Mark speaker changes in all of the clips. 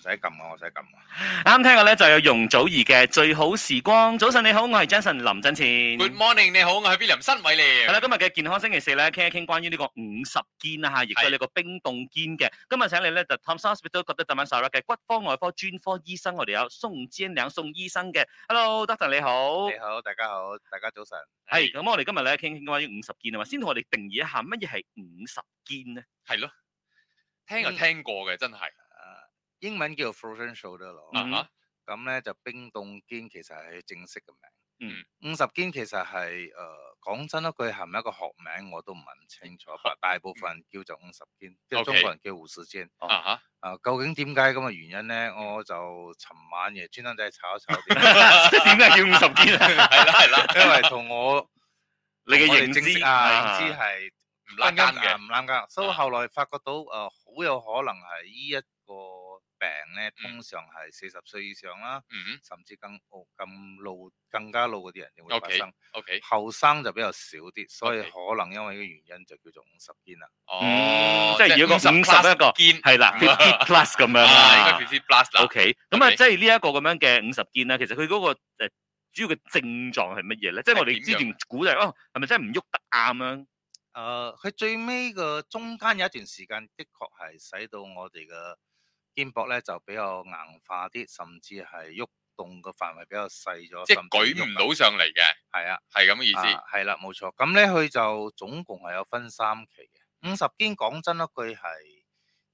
Speaker 1: 使撳啊，我使撳啊。
Speaker 2: 啱聽過咧就有容祖兒嘅《最好時光》。早晨你好，我係 Jason 林振前。
Speaker 3: Good morning，你好，我係 William 新偉
Speaker 2: 係
Speaker 3: 廉。
Speaker 2: 啦，今日嘅健康星期四咧，傾一傾關於呢個五十肩啊嚇，亦都係呢個冰凍肩嘅。今日請嚟咧就 Tom Hospital 覺得特敏手啦嘅骨科外科專科醫生，我哋有宋堅良宋醫生嘅。Hello，Doctor 你好。
Speaker 1: 你好，大家好，大家早晨。
Speaker 2: 係咁，我哋今日咧傾傾關於五十肩啊嘛，先同我哋定義一下乜嘢係五十肩 咧？
Speaker 3: 係咯，聽就
Speaker 1: 嗯啊
Speaker 3: 聽過嘅，真係。
Speaker 1: 英文叫 frozen shoulder 咯。
Speaker 2: 嗯
Speaker 3: 啊
Speaker 1: 咁咧就冰凍肩其實係佢正式嘅名。
Speaker 3: 嗯
Speaker 1: 五十肩其實係誒呃講真啦，佢係咪一個學名我都唔係咁清 楚，但大部分叫做五十肩，即係
Speaker 3: OK
Speaker 1: 中國人叫護士肩。
Speaker 3: 哈啊哈，
Speaker 1: 啊，究竟點解咁嘅原因咧？
Speaker 2: 嗯
Speaker 1: 我就尋晚夜專登仔炒一炒啲，
Speaker 2: 點解叫五十肩啊？
Speaker 3: 係啦係啦，
Speaker 1: 因為同我
Speaker 2: 你 嘅
Speaker 1: 我哋
Speaker 2: 認
Speaker 1: 正
Speaker 2: 知
Speaker 1: 式啊認知係
Speaker 3: 唔拉間
Speaker 1: 啱
Speaker 3: 嘅。
Speaker 1: 唔啱㗎。所以
Speaker 3: 啊
Speaker 1: 後來發覺到誒，呃好有可能係呢一個病咧，通常係四十歲以上啦，
Speaker 3: 嗯
Speaker 1: 甚至更老咁老更加老嗰啲人就會發
Speaker 3: OK
Speaker 1: 生。
Speaker 3: ，OK，
Speaker 1: 後生就比較少啲，所以
Speaker 3: OK
Speaker 1: 可能因為呢個原因就叫做五十肩啦。
Speaker 3: 哦，
Speaker 2: 即係如果50
Speaker 3: 50 plus
Speaker 2: 一個
Speaker 3: 肩，
Speaker 2: 係啦，fifty plus 咁樣
Speaker 3: 啊，
Speaker 2: 啦
Speaker 3: 應該。fifty plus
Speaker 2: O
Speaker 3: 啦。
Speaker 2: K，咁啊，
Speaker 3: OK
Speaker 2: 即係呢一個咁樣嘅五十肩啦，其實佢嗰個誒主要嘅症狀係乜嘢咧？即係我哋
Speaker 3: 係
Speaker 2: 之
Speaker 3: 點樣
Speaker 2: 前估就係哦，係咪真係唔喐得啱啊？
Speaker 1: 誒、呃佢最尾個中間有一段時間，的確係使到我哋嘅肩膊咧就比較硬化啲，甚至係喐動嘅範圍比較細咗，
Speaker 3: 即
Speaker 1: 甚
Speaker 3: 係
Speaker 1: 至
Speaker 3: 舉
Speaker 1: 喐
Speaker 3: 唔到上嚟嘅，
Speaker 1: 係啊，
Speaker 3: 係咁嘅意思。
Speaker 1: 啊係啦，冇錯。咁咧佢就總共係有分三期嘅。五十肩講真啦，佢係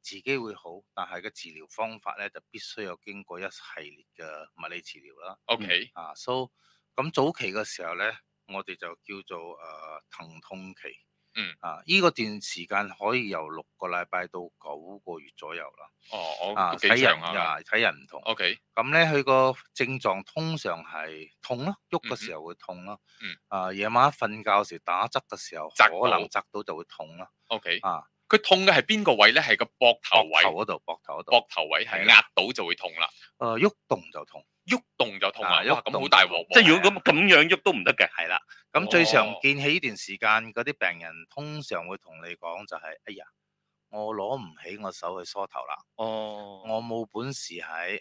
Speaker 1: 自己會好，但係個治療方法咧就必須有經過一系列嘅物理治療啦。
Speaker 3: OK，
Speaker 1: 啊，so 咁早期嘅時候咧，我哋就叫做誒、呃、疼痛期。
Speaker 3: 嗯。
Speaker 1: 啊，依、個段時間可以由六個禮拜到九個月左右啦。
Speaker 3: 哦，我
Speaker 1: 啊，
Speaker 3: 都
Speaker 1: 睇
Speaker 3: 幾
Speaker 1: 人
Speaker 3: 長啊。
Speaker 1: 啊，睇人唔同。
Speaker 3: OK，
Speaker 1: 咁咧，佢個症狀通常係痛咯，喐嘅時候會痛咯。
Speaker 3: 嗯。
Speaker 1: 啊，夜晚瞓覺時打側嘅時候，
Speaker 3: 側
Speaker 1: 可能
Speaker 3: 到
Speaker 1: 側到就會痛啦。
Speaker 3: OK，
Speaker 1: 啊，
Speaker 3: 佢痛嘅係邊個位咧？係個膊頭
Speaker 1: 膊頭
Speaker 3: 位，
Speaker 1: 嗰度，膊頭嗰度，
Speaker 3: 膊頭位係
Speaker 1: 係
Speaker 3: 壓
Speaker 1: 啦
Speaker 3: 到就會痛啦，
Speaker 1: 誒呃喐動就痛。
Speaker 3: 喐動就痛
Speaker 1: 啊
Speaker 3: 啊！哇，
Speaker 1: 喐
Speaker 3: 咁
Speaker 1: 動
Speaker 3: 好
Speaker 1: 就
Speaker 3: 大
Speaker 1: 痛
Speaker 3: 鑊喎。
Speaker 2: 即係如果咁咁樣喐都唔得嘅，
Speaker 1: 係啦，咁最常
Speaker 3: 哦
Speaker 1: 見喺呢段時間嗰啲病人通常會同你講就係、哎呀，我攞唔起我手去梳頭啦，
Speaker 2: 哦，
Speaker 1: 我冇本事喺誒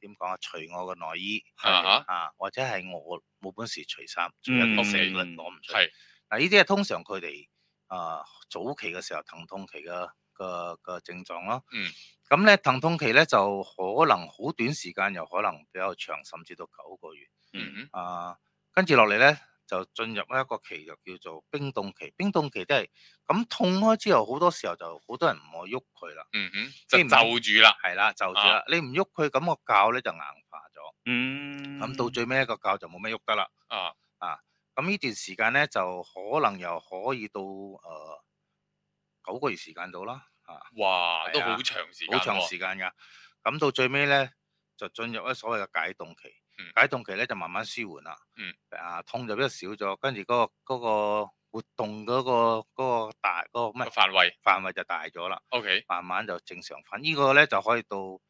Speaker 1: 點講啊，除我嘅內衣
Speaker 3: 啊
Speaker 1: 啊，或者係我冇本事除衫，除一個
Speaker 3: 嗯
Speaker 1: 性
Speaker 2: 嗯
Speaker 1: 力攞唔出。
Speaker 3: 係
Speaker 1: 嗱，呢啲係通常佢哋啊早期嘅時候疼痛期嘅嘅嘅症狀咯。
Speaker 3: 嗯。
Speaker 1: 咁咧疼痛期咧就可能好短時間，又可能比較長，甚至到九個月。
Speaker 3: 嗯哼。
Speaker 1: 啊，跟住落嚟咧就進入一個期就叫做冰凍期。冰凍期都係咁痛開之後，好多時候就好多人唔愛喐佢啦。
Speaker 3: 嗯哼，就
Speaker 1: 即係唔
Speaker 3: 就住啦。
Speaker 1: 係啦，就住啦。你唔喐佢，咁個教咧就硬化咗。
Speaker 2: 嗯，
Speaker 1: 咁到最尾一個教就冇咩喐得啦。
Speaker 3: 啊，
Speaker 1: 咁呢段時間咧，就可能又可以到誒九、個月時間到啦，嚇、
Speaker 3: 哇，
Speaker 1: 係
Speaker 3: 都
Speaker 1: 啊
Speaker 3: 好長時間喎，
Speaker 1: 好長時間㗎。咁到最尾咧，就進入咗所謂嘅解凍期。
Speaker 3: 嗯
Speaker 1: 解凍期咧就慢慢舒緩啦。
Speaker 3: 嗯。
Speaker 1: 啊，痛就比較少咗，跟住嗰個嗰、個活動嗰、個嗰個大嗰、個
Speaker 3: 個
Speaker 1: 咩
Speaker 3: 範圍。
Speaker 1: 範圍就大咗啦，
Speaker 3: OK，
Speaker 1: 慢慢就正常翻。呢個咧就可以到誒、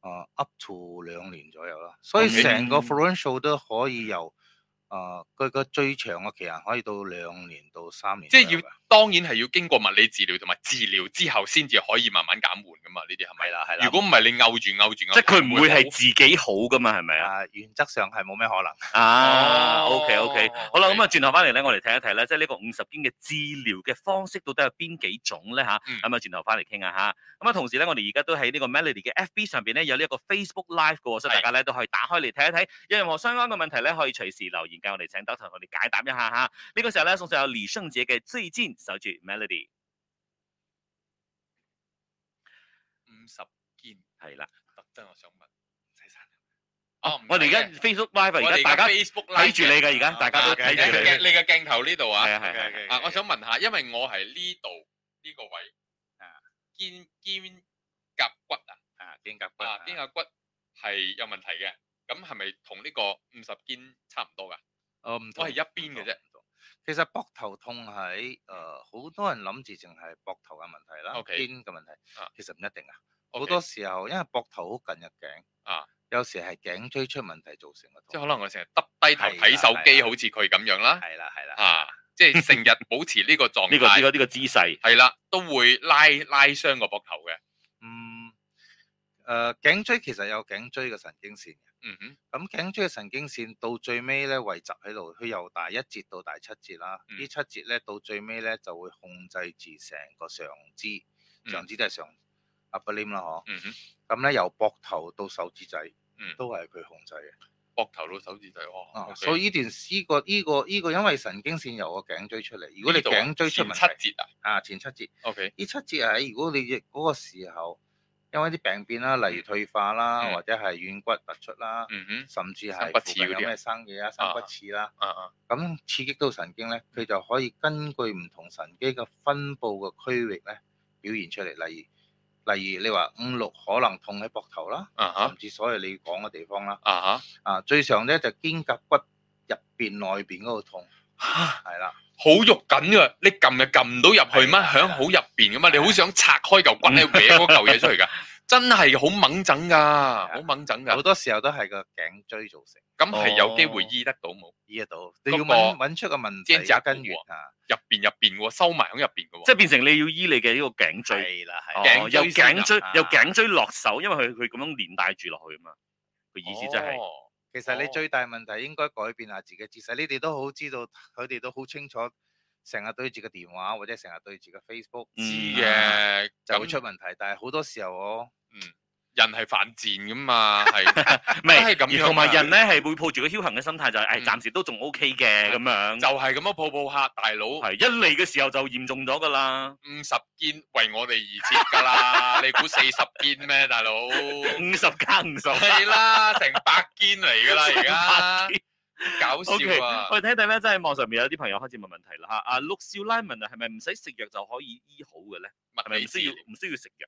Speaker 1: 呃 up to 兩年左右啦。所以
Speaker 3: OK
Speaker 1: 成個
Speaker 2: 嗯
Speaker 1: f l u e n t i a 都可以由誒佢個最長嘅期限可以到兩年到三年
Speaker 3: 即
Speaker 1: 左
Speaker 3: 係
Speaker 1: 右㗎，
Speaker 3: 要當然係要經過物理治療同埋治療之後，先至可以慢慢減緩噶嘛？呢啲係咪？
Speaker 1: 係啦係啦
Speaker 3: 如果唔係你摳住摳住，
Speaker 2: 即係佢唔會係
Speaker 3: 係
Speaker 2: 自己好噶嘛，係咪啊？
Speaker 1: 啊，原則上係冇咩可能。
Speaker 2: 啊，OK OK，
Speaker 3: 哦
Speaker 2: 好啦，
Speaker 3: OK
Speaker 2: 咁啊轉頭翻嚟咧，我哋睇一睇咧，即係呢個五十肩嘅治療嘅方式到底有邊幾種咧吓，
Speaker 3: 嗯
Speaker 2: 咁啊轉頭翻嚟傾下吓。咁啊同時咧，我哋而家都喺呢個 Melody 嘅 FB 上邊咧有呢一個 Facebook Live 嘅喎，所以
Speaker 3: 係
Speaker 2: 大家咧都可以打開嚟睇一睇。有任何相關嘅問題咧，可以隨時留言嘅，我哋請 d o 我哋解答一下吓。呢個時候咧，送上有李聖傑嘅最近守住 Melody，
Speaker 3: 五十肩，
Speaker 2: 係啦。
Speaker 3: 特登我想問，唔使刪哦，唔
Speaker 2: 我哋而家
Speaker 3: 使嘅
Speaker 2: Facebook Live 啊而
Speaker 3: 我
Speaker 2: 家
Speaker 3: 哋
Speaker 2: 大家
Speaker 3: Facebook
Speaker 2: 睇住
Speaker 3: Live
Speaker 2: 你嘅，而家大家都
Speaker 3: 嘅
Speaker 2: 睇
Speaker 3: 你
Speaker 2: 住
Speaker 3: 嘅
Speaker 2: 你。
Speaker 3: 你嘅鏡頭呢度啊
Speaker 2: 係。啊係啊係啊
Speaker 3: 啊，我想問下，因為我係呢度呢個位
Speaker 1: 啊，
Speaker 3: 肩肩胛骨 啊，
Speaker 1: 啊，肩胛骨
Speaker 3: 啊肩胛骨係有問題嘅，咁係咪同呢個五十肩哦差唔多㗎？
Speaker 1: 我唔
Speaker 3: 我係
Speaker 1: 同
Speaker 3: 一邊嘅啫。
Speaker 1: 唔同其實膊頭痛喺誒好多人諗住淨係膊頭嘅問題啦
Speaker 3: OK
Speaker 1: 肩嘅問題
Speaker 3: 啊，
Speaker 1: 其實唔一定啊。好
Speaker 3: OK，
Speaker 1: 多時候因為膊頭好近入頸
Speaker 3: 啊，
Speaker 1: 有時係頸椎出問題造成嘅
Speaker 3: 即係
Speaker 1: 痛。
Speaker 3: 可能我成日耷低頭
Speaker 1: 係啦
Speaker 3: 睇手
Speaker 1: 係
Speaker 3: 機，
Speaker 1: 啦
Speaker 3: 好似佢咁樣啦，
Speaker 1: 係啦係啦，
Speaker 3: 啊，即係成日保持呢個狀
Speaker 2: 呢個呢
Speaker 3: 態，
Speaker 2: 個呢個姿勢，
Speaker 3: 係啦，都會拉拉傷個膊頭嘅。
Speaker 1: 嗯。誒、誒頸椎其實有頸椎嘅神經線嘅，
Speaker 3: 嗯哼，
Speaker 1: 咁頸椎嘅神經線到最尾咧圍集喺度，佢由大一節到大七節啦，
Speaker 3: 嗯
Speaker 1: 呢七節咧到最尾咧就會控制住成個上肢，
Speaker 3: 嗯
Speaker 1: 上肢都係上 upper limb 啦，嗬，
Speaker 3: 嗯哼，
Speaker 1: 咁咧由膊頭到手指仔
Speaker 3: 嗯，
Speaker 1: 都係佢控制嘅。
Speaker 3: 膊頭到手指就係哦
Speaker 1: 啊，
Speaker 3: ，OK，
Speaker 1: 所以呢段呢個呢個呢個，因為神經線由個頸椎出嚟。如果你
Speaker 3: 呢度啊
Speaker 1: 頸椎出
Speaker 3: 前
Speaker 1: 問題，
Speaker 3: 七節啊
Speaker 1: 啊前七節，
Speaker 3: ，OK，
Speaker 1: 呢七節係如果你亦嗰個時候，因為啲病變啦，例如退化啦，
Speaker 3: 嗯
Speaker 1: 或者係軟骨突出啦，
Speaker 3: 嗯哼，
Speaker 1: 甚至
Speaker 3: 生
Speaker 1: 係
Speaker 3: 骨
Speaker 1: 附
Speaker 3: 刺
Speaker 1: 近
Speaker 3: 嗰啲
Speaker 1: 有
Speaker 3: 啊
Speaker 1: 咩生嘢啊、生骨刺啦，
Speaker 3: 啊啊，
Speaker 1: 咁刺激到神經咧，佢就可以根據唔同神經嘅分布嘅區域咧表現出嚟。例如例如你話五六可能痛喺膊頭啦，
Speaker 3: 啊哈
Speaker 1: 甚至所有你講嘅地方啦。
Speaker 3: 啊哈，
Speaker 1: 啊，最常咧就肩胛骨入邊內邊嗰度痛，係啦，
Speaker 3: 好肉緊噶，你撳就撳唔到入去
Speaker 1: 係
Speaker 3: 咩？
Speaker 1: 啊嗯
Speaker 3: 響好入邊噶嘛，你好想拆開嚿骨喺度搲嗰嚿嘢出 嚟㗎，真係好猛整㗎，好猛整
Speaker 1: 啊好哦
Speaker 3: 㗎，
Speaker 1: 多時候都係個頸椎造成
Speaker 3: 咁係有機會醫得到冇？
Speaker 1: 醫得到，你
Speaker 3: 嗰
Speaker 1: 要
Speaker 3: 個
Speaker 1: 揾揾出個問題
Speaker 3: 肩胛
Speaker 1: 嘅
Speaker 3: 骨
Speaker 1: 根源
Speaker 3: 喎
Speaker 1: 啊，
Speaker 3: 入邊入邊喎，收埋喺入邊㗎
Speaker 2: 即係
Speaker 3: 喎，
Speaker 2: 變成你要醫你嘅呢個頸椎。
Speaker 1: 係啦係啦，
Speaker 2: 哦
Speaker 3: 頸
Speaker 2: 有
Speaker 3: 椎先
Speaker 2: 頸椎
Speaker 1: 啊
Speaker 2: 有頸椎落手，因為佢佢咁樣連帶住落去啊嘛。佢意思就係、
Speaker 3: 哦
Speaker 1: 其實你
Speaker 3: 哦
Speaker 1: 最大問題應該改變下自己姿勢，你哋都好知道，佢哋都好清楚，成日對住個電話或者成日對住個 Facebook，
Speaker 2: 嗯
Speaker 3: 知
Speaker 1: 啊
Speaker 3: 嘅，
Speaker 1: 就會
Speaker 3: 咁
Speaker 1: 出問題，但係好多時候我
Speaker 3: 人係犯賤噶 嘛，係
Speaker 2: 唔係啊
Speaker 3: 都係咁樣㗎
Speaker 2: 而同埋人咧係會抱住個僥倖嘅心態，就係誒
Speaker 3: 嗯
Speaker 2: 暫時都仲 OK 嘅咁樣。
Speaker 3: 就係咁樣抱抱客大佬，
Speaker 2: 係一嚟嘅時候就嚴重咗㗎啦，
Speaker 3: 五十肩為我哋而設㗎啦， 你估四十肩咩，大佬？
Speaker 2: 五十加五十。
Speaker 3: 係啦，成百肩嚟㗎 啦，而家搞
Speaker 2: O K，
Speaker 3: 笑 啊！
Speaker 2: 我哋睇睇咧，真係網上面有啲朋友開始問問題啦嚇。阿陸少拉問啊，係咪唔使食藥就可以醫好嘅咧？係
Speaker 3: 物
Speaker 2: 咪
Speaker 3: 理
Speaker 2: 唔
Speaker 3: 治
Speaker 2: 需要
Speaker 3: 療
Speaker 2: 唔需要食藥？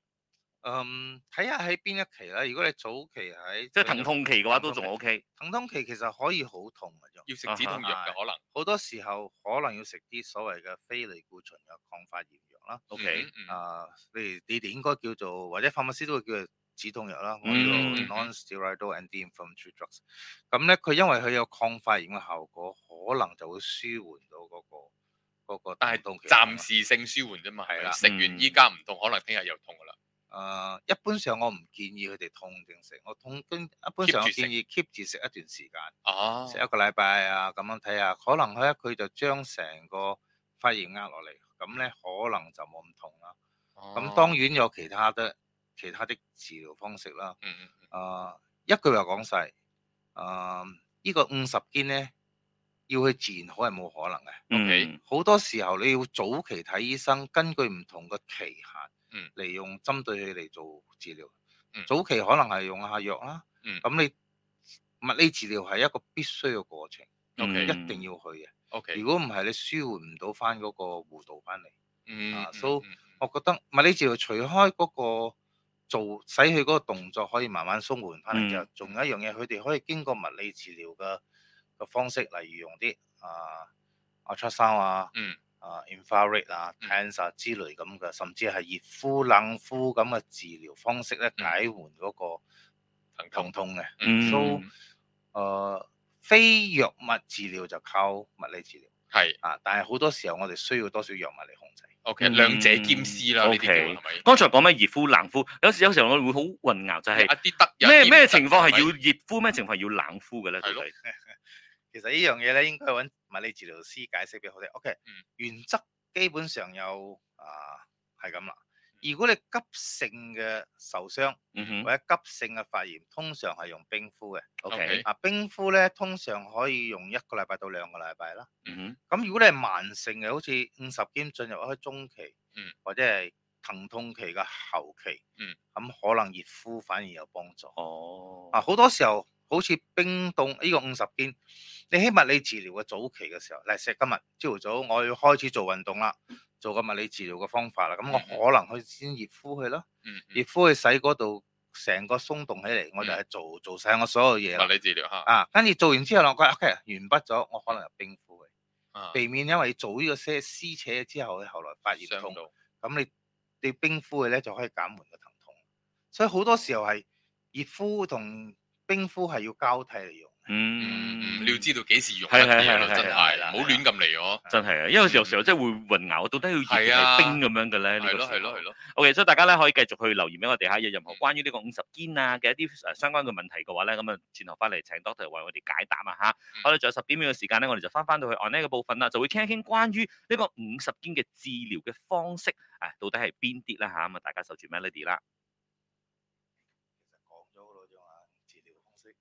Speaker 1: 嗯睇下喺邊一期啦，如果你早期喺
Speaker 2: 即係疼痛期嘅話都仲 O K。
Speaker 1: 疼痛期，其實可以好痛嘅啫。
Speaker 3: 要食止痛藥嘅可能。
Speaker 1: 好多時候可能要食啲所謂嘅非尼固醇嘅抗發炎藥啦。
Speaker 2: O K，
Speaker 3: 嗯嗯
Speaker 1: 啊，你哋你哋應該叫做或者法物師都會叫做止痛藥啦，我
Speaker 2: 嗯
Speaker 1: 叫做
Speaker 3: 嗯嗯
Speaker 1: non-steroidal anti-inflammatory drugs。咁咧，佢因為佢有抗發炎嘅效果，可能就會舒緩到嗰、個嗰、個
Speaker 3: 但係
Speaker 1: 疼痛期啊嘛。
Speaker 3: 暫時性舒緩啫嘛，係
Speaker 1: 係啦
Speaker 3: 啦，食
Speaker 2: 嗯
Speaker 3: 完依家唔痛，可能聽日又痛㗎啦。
Speaker 1: 誒啊一般上我唔建議佢哋痛定食，我痛跟一般
Speaker 3: Keep
Speaker 1: 上我
Speaker 3: 住食
Speaker 1: 建議 keep 住食一段時間。
Speaker 3: 哦
Speaker 1: 食一個禮拜啊，咁樣睇下，可能咧佢就將成個發炎壓落嚟，咁咧可能就冇咁痛啦。
Speaker 3: 哦
Speaker 1: 咁當然有其他的其他的治療方式啦。
Speaker 3: 嗯嗯嗯
Speaker 1: 啊、一句話講晒，啊、呢、個五十肩咧，要去自然好係冇可能嘅。
Speaker 2: 嗯
Speaker 1: 好多時候你要早期睇醫生，根據唔同嘅期限
Speaker 3: 嗯，
Speaker 1: 嚟、用針對佢嚟做治療。
Speaker 3: 嗯
Speaker 1: 早期可能係用下藥啦，
Speaker 3: 嗯
Speaker 1: 咁、你物理治療係一個必須嘅過程，
Speaker 3: 嗯 OK
Speaker 1: 一定要去嘅。
Speaker 3: ，OK，
Speaker 1: 如果唔係，你舒緩唔到翻嗰個弧度翻嚟。
Speaker 3: 嗯
Speaker 1: 啊
Speaker 3: 嗯
Speaker 1: Ờ, ，so，
Speaker 3: 嗯
Speaker 1: 我覺得物理治療除開嗰個做使佢嗰個動作可以慢慢鬆緩翻嚟之後
Speaker 2: 嗯，
Speaker 1: 仲、有一樣嘢，佢哋可以經過物理治療嘅嘅方式，例如用啲啊 ultrasound 啊、
Speaker 3: 嗯
Speaker 1: 啊 infrared 啊、
Speaker 3: 嗯
Speaker 1: TENS 啊之類咁嘅，甚至係熱敷、冷敷咁嘅治療方式咧，
Speaker 3: 嗯
Speaker 1: 解緩嗰個
Speaker 3: 疼
Speaker 1: 疼
Speaker 3: 痛，
Speaker 1: 痛嘅。誒、
Speaker 2: 嗯
Speaker 1: ，so，非藥物治療就靠物理治療
Speaker 3: 係
Speaker 1: 啊，但係好多時候我哋需要多少藥物嚟控制。
Speaker 3: OK，
Speaker 2: 嗯
Speaker 3: 兩者兼施啦，呢啲叫
Speaker 2: OK
Speaker 3: 係咪？
Speaker 2: 剛才講咩熱敷冷敷，有時有時候我會好混淆，就
Speaker 3: 一
Speaker 2: 係
Speaker 3: 啲得有一啲
Speaker 2: 咩
Speaker 3: 唔
Speaker 2: 咩
Speaker 3: 得
Speaker 2: 情況係
Speaker 3: 咪
Speaker 2: 要熱敷，咩情況係要冷敷嘅咧？到
Speaker 3: 係
Speaker 2: 底
Speaker 3: 咯
Speaker 1: 其實呢樣嘢咧，應該揾物理治療師解釋俾好哋。OK，、
Speaker 3: 嗯
Speaker 1: 原則基本上有啊係咁啦。
Speaker 3: 嗯
Speaker 1: 如果你急性嘅受傷
Speaker 2: 嗯哼
Speaker 1: 或者急性嘅發炎，通常係用冰敷嘅。
Speaker 2: ，OK，
Speaker 3: OK
Speaker 1: 啊，冰敷咧通常可以用一個禮拜到兩個禮拜啦。
Speaker 2: 嗯哼，
Speaker 1: 咁如果你係慢性嘅，好似五十肩進入開中期，
Speaker 3: 嗯
Speaker 1: 或者係疼痛期嘅後期，
Speaker 3: 嗯
Speaker 1: 咁可能熱敷反而有幫助。
Speaker 2: 哦，
Speaker 1: 啊，好多時候好似冰凍呢、個五十肩，你喺物理治療嘅早期嘅時候，例如今日朝頭早我要開始做運動啦，做個物理治療嘅方法啦，咁我
Speaker 3: 嗯
Speaker 1: 可能去先熱敷佢咯，
Speaker 3: 嗯
Speaker 1: 熱敷佢使嗰度成個鬆動起嚟，我就係做做晒我所有嘢
Speaker 3: 嗯物
Speaker 1: 啦。
Speaker 3: 理治療嚇，
Speaker 1: 啊，跟住做完之後啦，我覺得 OK 完畢咗，我可能就冰敷佢，
Speaker 3: 啊
Speaker 1: 避免因為做呢個些撕扯之後，佢後來發炎痛
Speaker 3: 傷。到
Speaker 1: 咁你你冰敷佢咧就可以減緩個疼痛。所以好多時候係熱敷同冰敷係要交替嚟用嘅。
Speaker 3: 嗯，
Speaker 2: 嗯
Speaker 3: 你要知道幾時用
Speaker 2: 係
Speaker 3: 乜
Speaker 2: 係
Speaker 3: 嘢
Speaker 2: 係
Speaker 3: 咯，
Speaker 2: 係
Speaker 3: 真
Speaker 1: 係
Speaker 3: 係
Speaker 1: 啦
Speaker 3: 唔好亂咁嚟我。
Speaker 2: 真係啊，因為有時候真係會混淆，到底要熱定
Speaker 3: 係
Speaker 2: 係
Speaker 3: 啊
Speaker 2: 冰咁樣嘅咧？呢
Speaker 3: 係
Speaker 2: 個
Speaker 3: 咯
Speaker 2: 時
Speaker 3: 係
Speaker 2: 候
Speaker 3: 咯係嗯咯，
Speaker 2: OK，所以大家咧可以繼續去留言俾我哋嚇，有任何關於呢個五十肩啊嘅一啲誒相關嘅問題嘅話咧，咁啊轉頭翻嚟請 Doctor 為我哋解答啊嚇。
Speaker 3: 嗯
Speaker 2: 好啦，仲有十幾秒嘅時間咧，我哋就翻翻到去 on 呢個部分啦，就會傾一傾關於呢個五十肩嘅治療嘅方式啊，到底係邊啲啦嚇？咁啊，大家守住 Melody 啦。
Speaker 1: 其實講咗嗰度啫嘛，治療方式。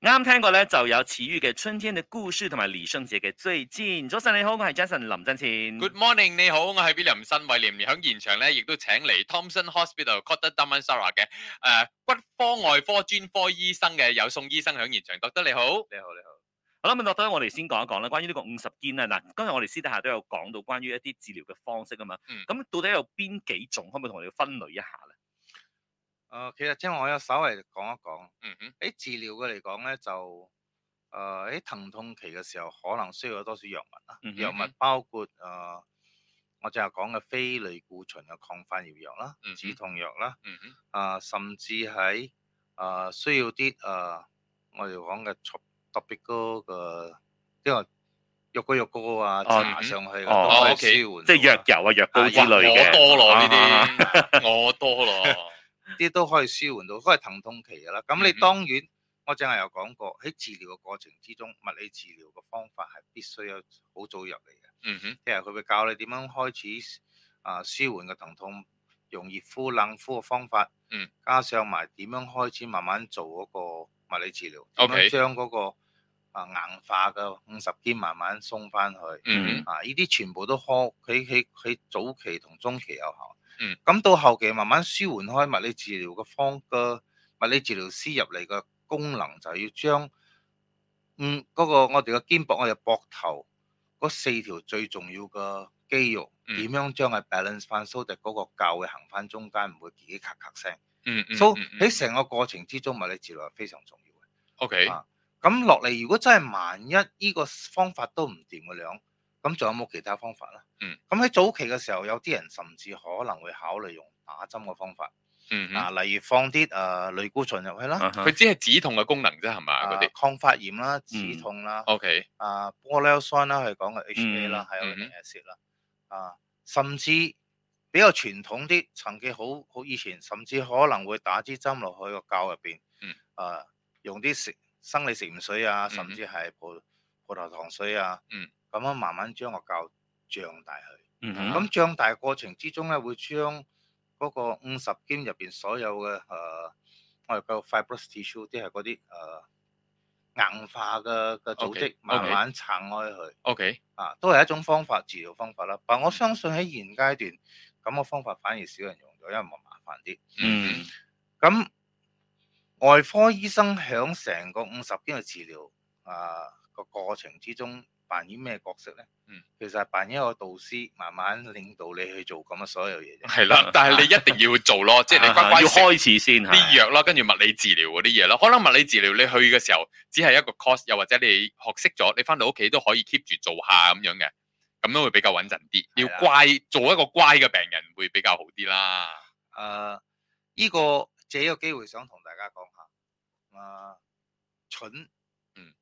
Speaker 2: 啱聽過咧就有詞語嘅《春天嘅故事》同埋李聖傑嘅《最近》。早晨你好，我係 Jason 林振前。
Speaker 3: Good morning，你好，我係 William 新偉廉，而喺現場咧亦都請嚟 Thompson Hospital c o t t e r d a m a n s a r a 嘅誒骨科外科專科醫生嘅有宋醫生喺現場，覺得你好。
Speaker 1: 你好，你好。
Speaker 2: 好啦，咁落到我哋先講一講啦，關於呢個五十肩啊，嗱，今日我哋私底下都有講到關於一啲治療嘅方式啊嘛，
Speaker 3: 嗯
Speaker 2: 咁、到底有邊幾種，可唔可以同我哋分類一下咧？
Speaker 1: 誒、哦其實即係我有稍微講一講。
Speaker 3: 嗯哼，
Speaker 1: 喺治療嘅嚟講咧，就誒喺、疼痛期嘅時候，可能需要有多少藥物啦。
Speaker 2: 嗯哼
Speaker 1: 藥物包括誒、呃我淨係講嘅非類固醇嘅抗發炎藥啦、
Speaker 3: 嗯哼
Speaker 1: 止痛藥啦，
Speaker 3: 嗯哼，
Speaker 1: 啊、甚至喺啊、需要啲啊、我哋講嘅特別嗰嘅因為肉膏肉膏啊，
Speaker 2: 哦
Speaker 1: 搽上去嘅
Speaker 2: 哦
Speaker 1: 都可
Speaker 3: 哦
Speaker 1: 以
Speaker 3: ，OK，
Speaker 1: 舒緩
Speaker 2: 即
Speaker 1: 到
Speaker 2: 係藥
Speaker 1: 啊
Speaker 2: 油啊、藥膏
Speaker 1: 啊
Speaker 2: 之類嘅，
Speaker 3: 我多咯呢
Speaker 2: 啊
Speaker 3: 啲，我多咯。
Speaker 1: 啲都可以舒緩到，都係疼痛期㗎啦。咁
Speaker 3: 嗯
Speaker 1: 你
Speaker 3: 哼
Speaker 1: 當然，我正係有講過喺治療嘅過程之中，物理治療嘅方法係必須有好早入嚟嘅，
Speaker 3: 嗯哼，
Speaker 1: 即係佢會教你點樣開始啊舒緩個疼痛，用熱敷、冷敷嘅方法，
Speaker 3: 嗯，
Speaker 1: 加上埋點樣開始慢慢做嗰個物理治療，點
Speaker 3: OK
Speaker 1: 樣將嗰個啊硬化嘅五十肩慢慢鬆翻去。
Speaker 3: 嗯
Speaker 1: 啊！呢啲全部都可佢佢佢早期同中期有效。
Speaker 3: 嗯。
Speaker 1: 咁到後期慢慢舒緩開物理治療嘅方嘅物理治療師入嚟嘅功能就係要將嗯嗰、個我哋嘅肩膊、我哋膊頭嗰四條最重要嘅肌肉
Speaker 3: 嗯
Speaker 1: 點、樣將佢 balance 翻，so that 嗰個教會行翻中間，唔會自己咔咔聲。
Speaker 3: 嗯嗯
Speaker 1: so
Speaker 3: 嗯嗯
Speaker 1: 喺成個過程之中，物理治療係非常重要嘅。
Speaker 3: ，OK，
Speaker 1: 啊咁落嚟，如果真係萬一呢個方法都唔掂嘅樣，咁仲有冇其他方法咧？
Speaker 3: 嗯。
Speaker 1: 咁喺早期嘅時候，有啲人甚至可能會考慮用打針嘅方法，
Speaker 3: 嗯哼，
Speaker 1: 嗱，例如放啲誒類固醇入去啦，
Speaker 2: 啊哈
Speaker 3: 佢只係止痛嘅功能啫，係嘛嗰
Speaker 1: 啊
Speaker 3: 啲嗯
Speaker 1: 抗發炎啦、止痛啦，
Speaker 3: ？OK，
Speaker 1: 啊玻尿酸啦，佢講嘅 HA 啦，係有
Speaker 3: 嗯
Speaker 1: a c 啦，啊，甚至比較傳統啲，曾經好好以前，甚至可能會打支針落去個膠入邊
Speaker 3: 嗯，
Speaker 1: 啊，用啲食生理食鹽水啊，甚
Speaker 3: 嗯
Speaker 1: 至係葡葡萄糖水啊
Speaker 3: 嗯，
Speaker 1: 咁樣慢慢將個膠脹大佢。
Speaker 2: 嗯
Speaker 3: 哼
Speaker 2: 哼
Speaker 1: 咁脹大過程之中咧，會將嗰個五十肩入邊所有嘅誒、呃我哋叫 fibrous tissue，即係嗰啲呃誒硬化嘅嘅組
Speaker 3: OK，
Speaker 1: 織
Speaker 3: OK
Speaker 1: 慢慢撐開佢
Speaker 3: ，OK，
Speaker 1: 啊，都係一種方法治療方法啦。但我相信喺現階段咁嘅方法反而少人用咗，因為麻煩啲。
Speaker 2: 嗯
Speaker 1: 咁外科醫生響成個五十肩嘅治療啊個過程之中扮演咩角色咧？
Speaker 3: 嗯，
Speaker 1: 其實係扮演一個導師，慢慢領導你去做咁嘅所有嘢啫。
Speaker 3: 嗯係啦，但係你
Speaker 1: 啊
Speaker 3: 一定要做 咯，即係你乖乖
Speaker 2: 啊要
Speaker 3: 食
Speaker 2: 開始先係
Speaker 3: 啲藥啦，跟住物理治療嗰啲嘢啦。可能物理治療你去嘅時候只係一個 course，又或者你學識咗，你翻到屋企都可以 keep 住做下咁樣嘅，咁樣會比較穩陣啲。要
Speaker 1: 係啊啦
Speaker 3: 乖，做一個乖嘅病人會比較好啲啦。
Speaker 1: 誒、依、個借啊呢個機會想同大家講下，誒、蠢，
Speaker 3: 嗯，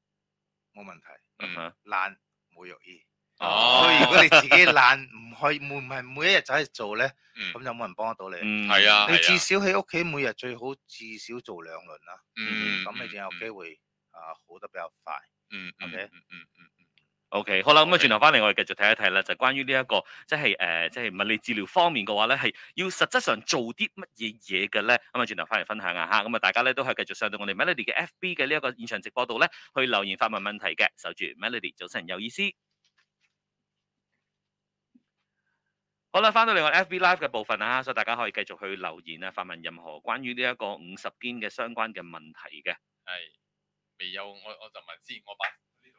Speaker 1: 冇問題，
Speaker 2: 嗯哼
Speaker 1: 懶冇藥醫。
Speaker 3: 哦
Speaker 1: 啊所以如果你自己懶， 唔去每唔係每一日走去做咧，
Speaker 3: 嗯
Speaker 1: 咁就冇人幫得到你。
Speaker 2: 嗯
Speaker 3: 係啊
Speaker 1: 你至少喺屋企每日最好至少做兩輪啦，
Speaker 3: 嗯，
Speaker 1: 咁你
Speaker 3: 嗯
Speaker 1: 就有
Speaker 3: 嗯
Speaker 1: 機會啊好得比較快。
Speaker 3: 嗯嗯
Speaker 1: OK
Speaker 3: 嗯嗯嗯嗯
Speaker 2: OK，好啦，咁啊，
Speaker 3: OK
Speaker 2: 轉頭翻嚟，我哋繼續睇一睇啦，就關於呢一個即係誒，即係物理治療方面嘅話咧，係要實質上做啲乜嘢嘢嘅咧？咁啊，轉頭翻嚟分享下嚇，咁啊，大家咧都係繼續上到我哋 Melody 嘅 FB 嘅呢一個現場直播度咧，去留言發問問題嘅，守住 Melody 早晨有意思。好啦，翻到嚟我哋 FB Live 嘅部分啊，所以大家可以繼續去留言啊，發問任何關於呢一個五十肩嘅相關嘅問題嘅。
Speaker 3: 係未有我我就問先，我把呢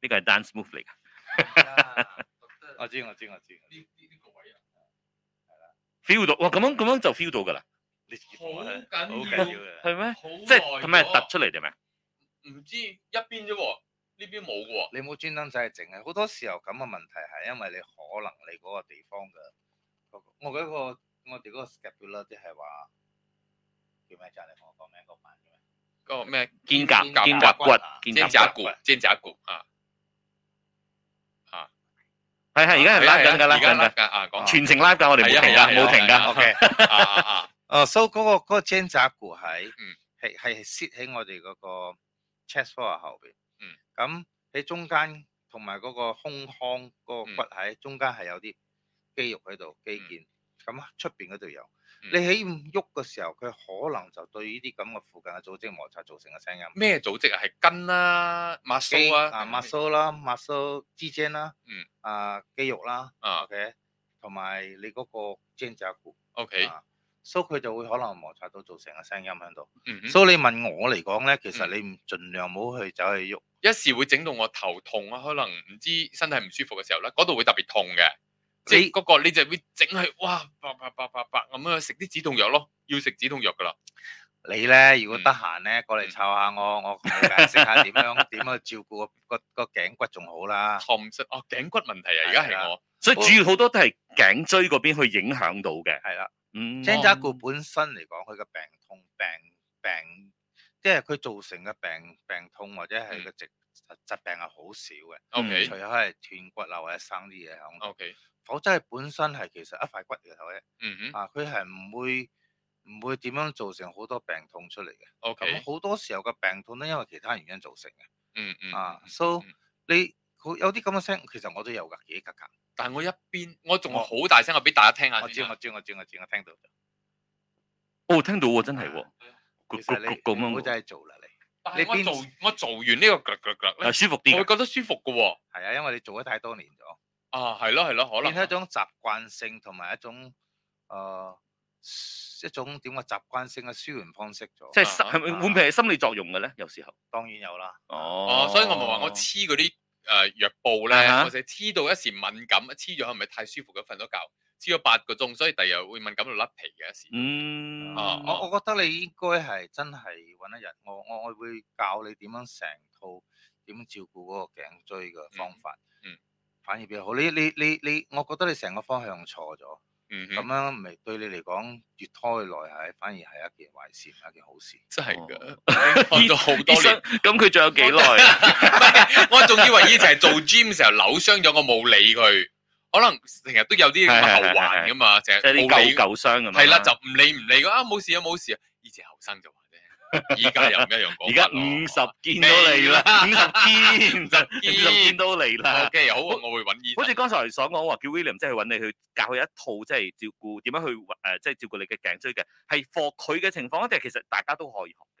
Speaker 3: 度
Speaker 2: 呢個係 dance move 嚟嘅。
Speaker 1: 我知我知我知，
Speaker 3: 呢呢呢個位啊，
Speaker 2: feel 到哇，咁樣咁樣就 feel 到㗎啦，
Speaker 1: 你自己
Speaker 3: 好
Speaker 1: 同我睇好
Speaker 3: 緊
Speaker 1: 緊
Speaker 3: 要
Speaker 1: 要嘅。
Speaker 2: 係咩？
Speaker 3: 好
Speaker 2: 即係咁咪
Speaker 3: 耐咗
Speaker 2: 突出嚟定咩？
Speaker 3: 唔知一邊啫喎，呢邊冇嘅喎。
Speaker 1: 你冇專登走去整嘅，好多時候咁嘅問題係因為你可能你嗰個地方嘅嗰個我嗰個我哋嗰個 scapula 即係話叫咩啫？你同我講咩個版叫咩？
Speaker 3: 嗰個咩
Speaker 2: 肩胛
Speaker 3: 胛
Speaker 2: 肩胛骨
Speaker 1: 啊
Speaker 2: 肩
Speaker 3: 肩
Speaker 2: 胛
Speaker 3: 胛
Speaker 2: 骨，
Speaker 3: 骨肩胛骨啊，
Speaker 2: 係係而家係拉緊㗎啦
Speaker 3: 啊而家
Speaker 2: 緊
Speaker 3: 拉
Speaker 2: 㗎，
Speaker 3: 緊啊，講
Speaker 2: 全程拉緊，我哋冇停
Speaker 3: 係啊
Speaker 2: 㗎
Speaker 3: 係啊
Speaker 2: 冇停
Speaker 3: 係啊
Speaker 2: 㗎。
Speaker 1: OK。
Speaker 3: 啊啊啊，
Speaker 1: 哦，所以嗰個嗰個肩胛骨喺
Speaker 3: 嗯
Speaker 1: 係係 sit 喺我哋嗰個 chest wall 後邊。
Speaker 3: 嗯。
Speaker 1: 咁喺中間同埋嗰個胸腔嗰個
Speaker 3: 嗯
Speaker 1: 骨喺中間係有啲肌肉喺度肌腱，咁啊出邊嗰度有。
Speaker 3: 嗯
Speaker 1: 你喺唔喐嘅時候，佢可能就對呢啲咁嘅附近嘅組織摩擦造成嘅聲音。
Speaker 3: 咩組織啊？係筋啦、
Speaker 1: 肌
Speaker 3: muscle
Speaker 1: 啊
Speaker 3: 啊、
Speaker 1: muscle 啦，muscle 之間啦，
Speaker 3: 嗯，
Speaker 1: 啊肌肉啦
Speaker 3: 啊
Speaker 1: ，OK，同埋你嗰個肩胛骨。
Speaker 3: ，OK，
Speaker 1: 啊，所以佢就會可能摩擦到造成嘅聲音喺度。
Speaker 3: 嗯哼，
Speaker 1: 所以你問我嚟講咧，其實
Speaker 3: 嗯
Speaker 1: 你唔盡量唔好去走去喐。
Speaker 3: 一時會整到我頭痛啊，可能唔知身體唔舒服嘅時候咧，嗰度會特別痛嘅。即係
Speaker 1: 你
Speaker 3: 嗰個你就會整係哇，白白白白白咁樣食啲止痛藥咯，要食止痛藥噶啦。
Speaker 1: 你咧，如果
Speaker 3: 嗯
Speaker 1: 得閒咧，過嚟
Speaker 3: 嗯
Speaker 1: 湊下我，我我解釋下點樣點樣去照顧個個個頸骨仲好啦。
Speaker 3: 痛失哦，頸骨問題啊，而家
Speaker 1: 啊係啊
Speaker 3: 係我
Speaker 2: 所以主要好多都係頸椎嗰邊去影響到嘅。
Speaker 1: 係啦，
Speaker 2: 嗯，
Speaker 1: 肩胛骨本身嚟講，佢嘅病痛病病，即係佢造成嘅病病痛或者係個疾疾病係好少嘅，
Speaker 3: OK
Speaker 1: 除咗係斷骨啊或者生啲嘢響度，
Speaker 3: OK，
Speaker 1: 否則係本身係其實一塊骨嚟頭啫。
Speaker 3: 嗯哼
Speaker 1: 啊，佢係唔會唔會點樣造成好多病痛出嚟嘅。
Speaker 3: ，OK，
Speaker 1: 啊咁好多時候嘅病痛都因為其他原因造成嘅。
Speaker 3: 嗯嗯
Speaker 1: 啊
Speaker 3: 嗯
Speaker 1: ，so
Speaker 3: 嗯
Speaker 1: 你佢有啲咁嘅聲，其實我都有㗎，幾格格。
Speaker 3: 但係我一邊我仲好大聲，我俾大家聽下
Speaker 1: 我知
Speaker 3: 先
Speaker 1: 我
Speaker 3: 啊。
Speaker 1: 知我知我知，我聽到咗。
Speaker 2: 哦，聽到喎，真係喎，
Speaker 1: 其
Speaker 2: 咕
Speaker 1: 實
Speaker 2: 咕
Speaker 1: 你
Speaker 2: 咕咁
Speaker 1: 你唔好真
Speaker 2: 樣，
Speaker 1: 係做啦，你
Speaker 3: 但
Speaker 1: 你
Speaker 3: 係我
Speaker 1: 邊
Speaker 3: 做我做完呢個腳腳腳
Speaker 2: 啊
Speaker 3: 咧，
Speaker 2: 舒服
Speaker 3: 我
Speaker 2: 啲
Speaker 3: 會
Speaker 2: 嘅。
Speaker 3: 覺得舒服嘅喎。
Speaker 1: 係啊，因為你做咗太多年咗，
Speaker 3: 啊，係咯係咯，可
Speaker 1: 變
Speaker 3: 能
Speaker 1: 咗一種習慣性同埋一種誒、呃一種點嘅習慣性嘅舒緩方式咗。
Speaker 2: 即係
Speaker 3: 啊
Speaker 2: 心係咪
Speaker 1: 啊
Speaker 2: 會唔會係心理作用嘅咧？有時候
Speaker 1: 當然有啦。
Speaker 2: 哦
Speaker 3: 哦，所以我咪話我黐嗰啲誒藥布咧，
Speaker 2: 啊哈
Speaker 3: 我就係黐到一時敏感，黐咗係咪太舒服咁瞓咗覺，黐咗八個鐘，所以第二日會敏感到甩皮嘅一時。
Speaker 2: 嗯
Speaker 3: 啊
Speaker 1: 我我覺得你應該係真係揾一日，我我我會教你點樣成套點樣照顧嗰個頸椎嘅方法。
Speaker 3: 嗯嗯
Speaker 1: 反而比較好。你你你你，我覺得你成個方向錯咗，
Speaker 3: 嗯
Speaker 1: 咁
Speaker 3: 哼，
Speaker 1: 樣咪對你嚟講越拖佢耐係反而係一件壞事，唔係一件好事。
Speaker 3: 真係
Speaker 2: 哦
Speaker 3: 㗎，瞓咗好
Speaker 2: 醫
Speaker 3: 多年
Speaker 2: 生。咁佢仲有幾耐？
Speaker 3: 我仲以為以前係做 gym 時候扭傷咗，我冇理佢，可能成日都有啲咁嘅後患噶嘛，成日
Speaker 2: 即係啲啊
Speaker 3: 冇
Speaker 2: 舊。
Speaker 3: 理
Speaker 2: 舊傷咁樣。
Speaker 3: 係啦，就唔理唔理佢啊，冇事啊冇事啊，以前後生就話啫，而家又唔一樣 講。
Speaker 2: 而家五十見到你啦，五十見就五十見到你啦
Speaker 3: ，O。K 好啊，我會揾醫
Speaker 2: 好
Speaker 3: 生。
Speaker 2: 似剛才所講話，叫 William 即係揾你去教佢一套，即係照顧點樣去誒，呃即係照顧你嘅頸椎嘅，係 for 佢嘅情況，定係其實大家都可以學
Speaker 1: 哦
Speaker 2: 嘅。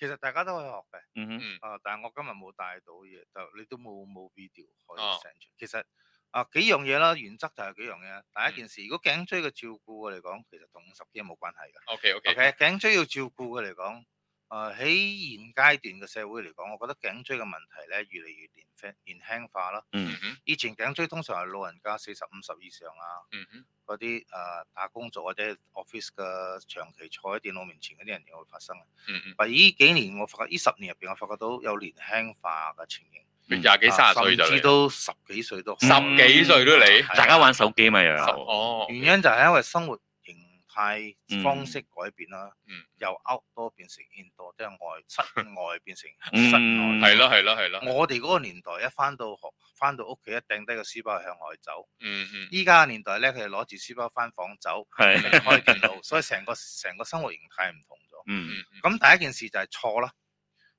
Speaker 1: 其實大家都可以學嘅，
Speaker 2: 嗯哼，
Speaker 1: 啊、但係我今日冇帶到嘢，就你都冇冇 video 可以
Speaker 3: 哦
Speaker 1: send 出。其實啊幾樣嘢啦，原則就係幾樣嘢。第一件事，如果頸椎嘅照顧嚟講，其實同五十肩冇關係嘅。
Speaker 3: O K O
Speaker 1: OK，
Speaker 3: K，
Speaker 1: 頸椎要照顧嘅嚟講，誒、呃喺現階段嘅社會嚟講，我覺得頸椎嘅問題咧越嚟越年輕年輕化啦。
Speaker 3: 嗯哼，
Speaker 1: 以前頸椎通常係老人家四十五十以上啊，
Speaker 3: 嗯哼，
Speaker 1: 嗰啲誒打工族或者 office 嘅長期坐喺電腦面前嗰啲人就會發生嘅。
Speaker 3: 嗯哼，
Speaker 1: 但係呢幾年我發覺，呢十年入邊我發覺到有年輕化嘅情形，
Speaker 3: 佢廿幾
Speaker 1: 啊
Speaker 3: 卅歲就
Speaker 1: 甚至
Speaker 3: 嚟，
Speaker 1: 都十幾歲都
Speaker 3: 十幾歲都嚟，
Speaker 1: 係啊
Speaker 2: 大家玩手機咪又有
Speaker 3: 十哦，
Speaker 1: 原因就係因為生活形態
Speaker 2: 嗯
Speaker 1: 方式改變啦。
Speaker 3: 嗯，
Speaker 1: 由 out 多變成 in 多，即係外 室外變成室
Speaker 2: 嗯
Speaker 1: 內。
Speaker 3: 係咯係咯係咯，
Speaker 1: 我哋嗰個年代一翻到學，翻到屋企一掟低個書包向外走。
Speaker 3: 嗯嗯，
Speaker 1: 依家嘅年代咧，佢哋攞住書包翻房走，
Speaker 2: 係
Speaker 1: 開電 腦，所以成個成個生活形態唔同咗。
Speaker 2: 嗯
Speaker 1: 咁第一件事就係錯啦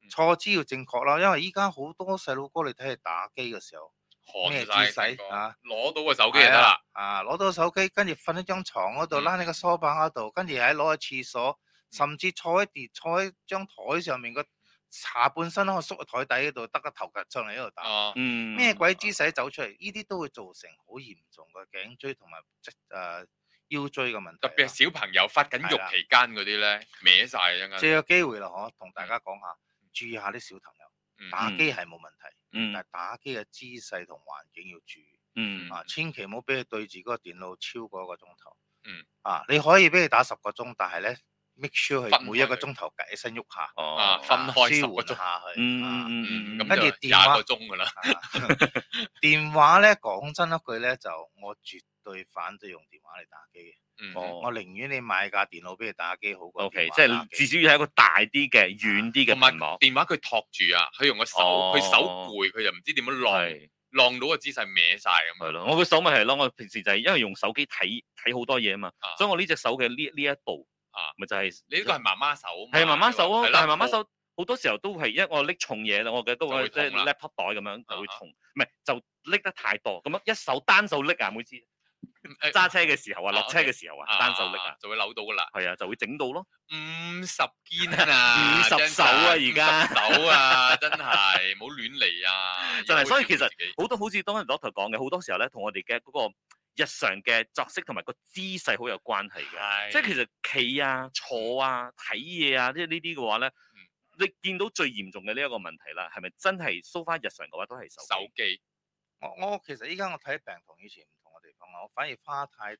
Speaker 3: 嗯，
Speaker 1: 錯之要正確啦，因為依家好多細路哥你睇佢打機嘅時候，
Speaker 3: 寒晒
Speaker 1: 啊
Speaker 3: 攞到個手機就得啦，
Speaker 1: 啊攞到手機，跟住瞓喺張床嗰度，
Speaker 3: 嗯
Speaker 1: 拉你個梳化嗰度，跟住喺攞去廁所，甚至坐喺地坐喺張台上面個下半身可以縮喺台底嗰度，得個頭趌上嚟喺度打。
Speaker 3: 哦，
Speaker 2: 嗯
Speaker 1: 咩鬼姿勢走出嚟？呢啲都會造成好嚴重嘅頸椎同埋即誒腰椎嘅問題
Speaker 3: 特
Speaker 1: 啦。
Speaker 2: 啊
Speaker 3: 別係小朋友發緊
Speaker 1: 係
Speaker 3: 育
Speaker 1: 啦
Speaker 3: 期間嗰啲咧，歪晒啊一陣間。
Speaker 1: 借個機會啦，嗬，同大家講下，注意下啲小朋友
Speaker 3: 嗯
Speaker 1: 打機係冇問題，
Speaker 2: 嗯
Speaker 1: 但係打機嘅姿勢同環境要注意
Speaker 2: 嗯
Speaker 1: 啊，千祈唔好俾佢對住嗰個電腦超過一個鐘頭。
Speaker 3: 嗯。
Speaker 1: 啊，你可以俾佢打十個鐘，但係咧，make sure
Speaker 3: 分
Speaker 1: 佢
Speaker 3: 開
Speaker 1: 每一個
Speaker 3: 佢
Speaker 1: 鐘頭起身喐下，
Speaker 3: 啊
Speaker 2: 哦
Speaker 3: 分
Speaker 1: 啊
Speaker 3: 開
Speaker 1: 舒
Speaker 3: 10個
Speaker 1: 緩
Speaker 3: 鐘
Speaker 1: 下佢。
Speaker 2: 嗯
Speaker 1: 啊
Speaker 2: 嗯嗯
Speaker 3: 嗯，
Speaker 2: 嗯
Speaker 3: 咁
Speaker 1: 跟
Speaker 3: 就
Speaker 1: 住
Speaker 3: 廿
Speaker 1: 電話
Speaker 3: 個鐘噶啦。
Speaker 1: 啊 電話咧，講真一句咧，就我絕對反對用電話嚟打機嘅。
Speaker 3: 嗯
Speaker 2: 哦
Speaker 1: 我寧願你買架電腦俾你打機好過
Speaker 2: O
Speaker 1: 電
Speaker 2: K，
Speaker 1: 話
Speaker 2: 即
Speaker 1: 打
Speaker 2: 係
Speaker 1: 機
Speaker 2: 至少要係一個大啲嘅、遠啲嘅
Speaker 3: 同埋
Speaker 2: 屏幕。
Speaker 3: 電話佢托住啊，佢用個手，
Speaker 2: 哦
Speaker 3: 佢手攰，佢就唔知點樣浪
Speaker 2: 係
Speaker 3: 浪到個姿勢歪晒咁啊
Speaker 2: 係
Speaker 3: 樣。
Speaker 2: 咯，我個手咪係咯，我平時就係因為用手機睇睇好多嘢啊嘛，
Speaker 3: 啊
Speaker 2: 所以我呢隻手嘅呢呢一步
Speaker 3: 啊，
Speaker 2: 咪就係
Speaker 3: 你呢個係媽媽手啊嘛，
Speaker 2: 係媽媽手
Speaker 3: 係
Speaker 2: 咯，
Speaker 3: 啦
Speaker 2: 但係媽媽手好多時候都係因為我拎重嘢啦，我嘅都
Speaker 3: 就
Speaker 2: 係
Speaker 3: 會
Speaker 2: 即係
Speaker 3: 痛啦
Speaker 2: laptop 袋咁樣就會
Speaker 3: 啊哈
Speaker 2: 重，唔係就拎得太多，咁樣一手單手拎啊，每次
Speaker 3: 誒
Speaker 2: 揸車嘅時候啊，
Speaker 3: 嗯啊
Speaker 2: 落車嘅時候啊，單手拎啊，，
Speaker 3: 就會扭到噶啦。
Speaker 2: 係啊，就會整到咯。
Speaker 3: 五十肩 啊，
Speaker 2: 50手啊而家
Speaker 3: 50手 啊，真係唔好亂嚟啊！
Speaker 2: 真係
Speaker 3: 有冇
Speaker 2: 所以
Speaker 3: 照顧
Speaker 2: 其實
Speaker 3: 自己
Speaker 2: 好多好似當日 doctor 講嘅，好多時候咧同我哋嘅嗰個日常嘅作息同埋個姿勢好有關係嘅。
Speaker 3: 係
Speaker 2: 即係其實企啊、坐啊、睇嘢啊，即係呢啲嘅話咧，
Speaker 3: 嗯
Speaker 2: 你見到最嚴重嘅呢一個問題啦，係咪真係 so far 日常嘅話都係手機？
Speaker 3: 手機
Speaker 1: 我我其實依家我睇病同以前唔同嘅地方啦，我反而花太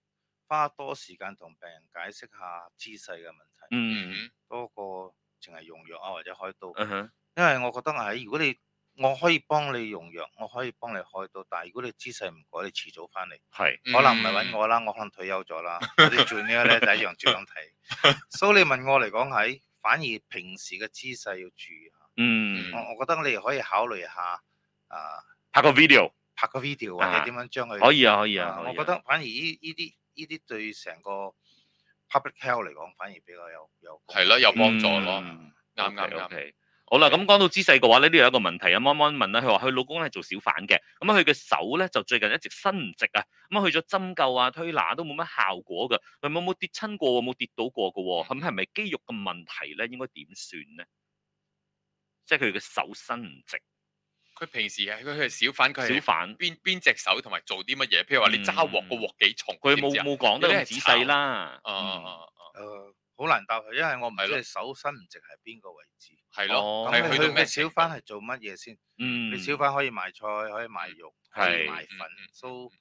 Speaker 1: 花多時間同病人解釋下姿勢嘅問題，
Speaker 2: 嗯，
Speaker 1: 多過淨係用藥啊或者開刀。
Speaker 2: 嗯哼，
Speaker 1: 因為我覺得係，如果你我可以幫你用藥，我可以幫你開刀，但係如果你姿勢唔改，你遲早翻嚟，
Speaker 2: 係
Speaker 3: 嗯
Speaker 1: 可能唔係
Speaker 2: 嗯
Speaker 1: 揾我啦，我可能退休咗啦，我哋做呢個咧就一樣照樣睇。所以你問我嚟講係，反而平時嘅姿勢要注意下。
Speaker 2: 嗯，
Speaker 1: 我我覺得你可以考慮下啊，
Speaker 2: 拍個 video
Speaker 1: 拍個 video 或
Speaker 2: 啊
Speaker 1: 者點樣將佢
Speaker 2: 可以啊，可以啊，
Speaker 1: 啊
Speaker 2: 可以啊
Speaker 1: 我覺得反而呢呢啲呢啲對成個 public health 嚟講，反而比較有有
Speaker 3: 係咯有幫助咯
Speaker 2: 嗯
Speaker 3: 啱啱
Speaker 2: OK，
Speaker 3: 啱。
Speaker 2: OK 好啦，咁講到姿勢嘅話呢，呢度有一個問題啊，芒芒問啦，佢話佢老公咧做小販嘅，咁啊佢嘅手咧就最近一直伸唔直啊，咁啊去咗針灸啊、推拿都冇乜效果㗎，佢冇冇跌親過喎，冇跌到過㗎
Speaker 3: 嗯
Speaker 2: 喎，咁係咪肌肉嘅問題咧？應該點算咧？即係佢嘅手伸唔直，
Speaker 3: 佢平時係佢係小販，佢
Speaker 2: 小
Speaker 3: 係
Speaker 2: 販嗯
Speaker 3: 邊邊隻手同埋做啲乜嘢？譬如話你揸鑊，個鑊幾重，
Speaker 2: 佢
Speaker 3: 知唔
Speaker 2: 冇
Speaker 3: 知啊？
Speaker 2: 冇講得
Speaker 3: 有啲
Speaker 2: 咁
Speaker 3: 係
Speaker 2: 仔細啦，
Speaker 3: 哦
Speaker 2: 嗯
Speaker 3: 哦
Speaker 1: 誒
Speaker 3: 哦，
Speaker 1: 呃好難答佢，因為我唔
Speaker 3: 係
Speaker 1: 知
Speaker 3: 咯
Speaker 1: 你手伸唔直係邊個位置。
Speaker 3: 係
Speaker 2: 哦
Speaker 3: 咯，
Speaker 1: 咁
Speaker 3: 係
Speaker 1: 你
Speaker 3: 去
Speaker 1: 去
Speaker 3: 到咩
Speaker 1: 嘅小
Speaker 3: 程度？
Speaker 1: 販係做乜嘢先？
Speaker 2: 嗯，
Speaker 1: 你小販可以賣菜，可以賣肉，可以
Speaker 2: 係
Speaker 1: 賣粉
Speaker 3: 嗯嗯嗯，
Speaker 1: 都誒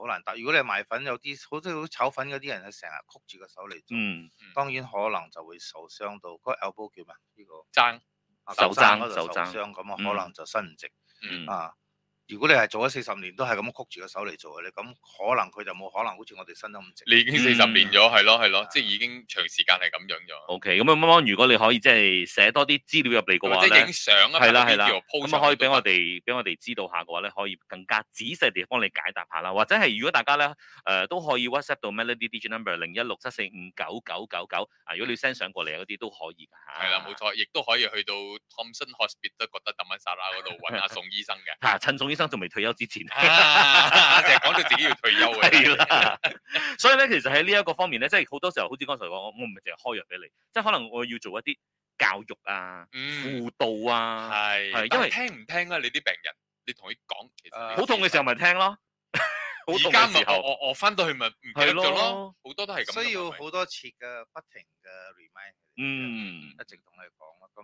Speaker 1: 好難答。如果你係賣粉，有啲好似好似炒粉嗰啲人，係成日曲住個手嚟做，
Speaker 2: 嗯
Speaker 1: 當然可能就會受傷到嗰個 elbow 叫咩？呢個
Speaker 3: 爭
Speaker 1: 啊
Speaker 2: 手踭
Speaker 1: 嗰度
Speaker 2: 手
Speaker 1: 受
Speaker 2: 踭
Speaker 1: 傷咁啊，
Speaker 2: 嗯
Speaker 1: 可能就伸唔直。
Speaker 2: 嗯
Speaker 1: 啊，如果你係做咗四十年都係咁曲住個手嚟做嘅，你咁可能佢就冇可能好似我哋身得咁直。
Speaker 3: 你已
Speaker 2: 嗯
Speaker 3: 經四十年咗，係咯係咯
Speaker 1: 啊，
Speaker 3: 即係已經長時間係咁樣咗。
Speaker 2: ，OK，咁啊芒芒，如果你可以即係寫多啲資料入嚟嘅話
Speaker 3: 或者
Speaker 2: 咧
Speaker 3: 影。相啊，
Speaker 2: 係啦
Speaker 3: 拍
Speaker 2: 係
Speaker 3: 個
Speaker 2: 啦
Speaker 3: video po
Speaker 2: 咁
Speaker 3: 上
Speaker 2: 啊可以
Speaker 3: 去
Speaker 2: 俾
Speaker 3: 都
Speaker 2: 我
Speaker 3: 得
Speaker 2: 哋俾我哋知道下嘅話咧，可以更加仔細地幫你解答下啦，或者係如果大家咧誒、呃都可以 WhatsApp 到 Melody DJ number 零一六七四五九九九九啊，如果你 send 相過嚟嗰啲都可以㗎嚇。。
Speaker 3: 係啦，冇錯，亦都可以去到 Thompson Hospital 覺得抌緊沙拉嗰度揾下宋醫生 嘅
Speaker 2: 嚇、陳總醫生仲未退休之前。
Speaker 3: 啊，成日講到自己要退休
Speaker 2: 係
Speaker 3: 嘅。
Speaker 2: 啦，所以咧，其實喺呢一個方面咧，即係好多時候，好似剛才講，我我唔係淨係開藥俾你，即係可能我要做一啲教育啊、
Speaker 3: 嗯，
Speaker 2: 輔導啊，
Speaker 3: 係
Speaker 2: 係因
Speaker 3: 但
Speaker 2: 為
Speaker 3: 聽唔聽啊？你啲病人，你同佢講，其實
Speaker 1: 誒
Speaker 2: 好痛嘅時候
Speaker 3: 咪，
Speaker 2: 咪聽咯，好痛
Speaker 3: 而
Speaker 2: 嘅
Speaker 3: 家咪
Speaker 2: 時
Speaker 3: 我
Speaker 2: 候
Speaker 3: 我我翻到去咪唔記
Speaker 2: 係
Speaker 3: 得咗咯，
Speaker 2: 咯，
Speaker 3: 好多都係咁㗎嘛。
Speaker 1: 需要
Speaker 3: 係咪
Speaker 1: 好多次嘅不停嘅 remind 佢哋，
Speaker 2: 嗯，
Speaker 1: 一直同佢講啦。咁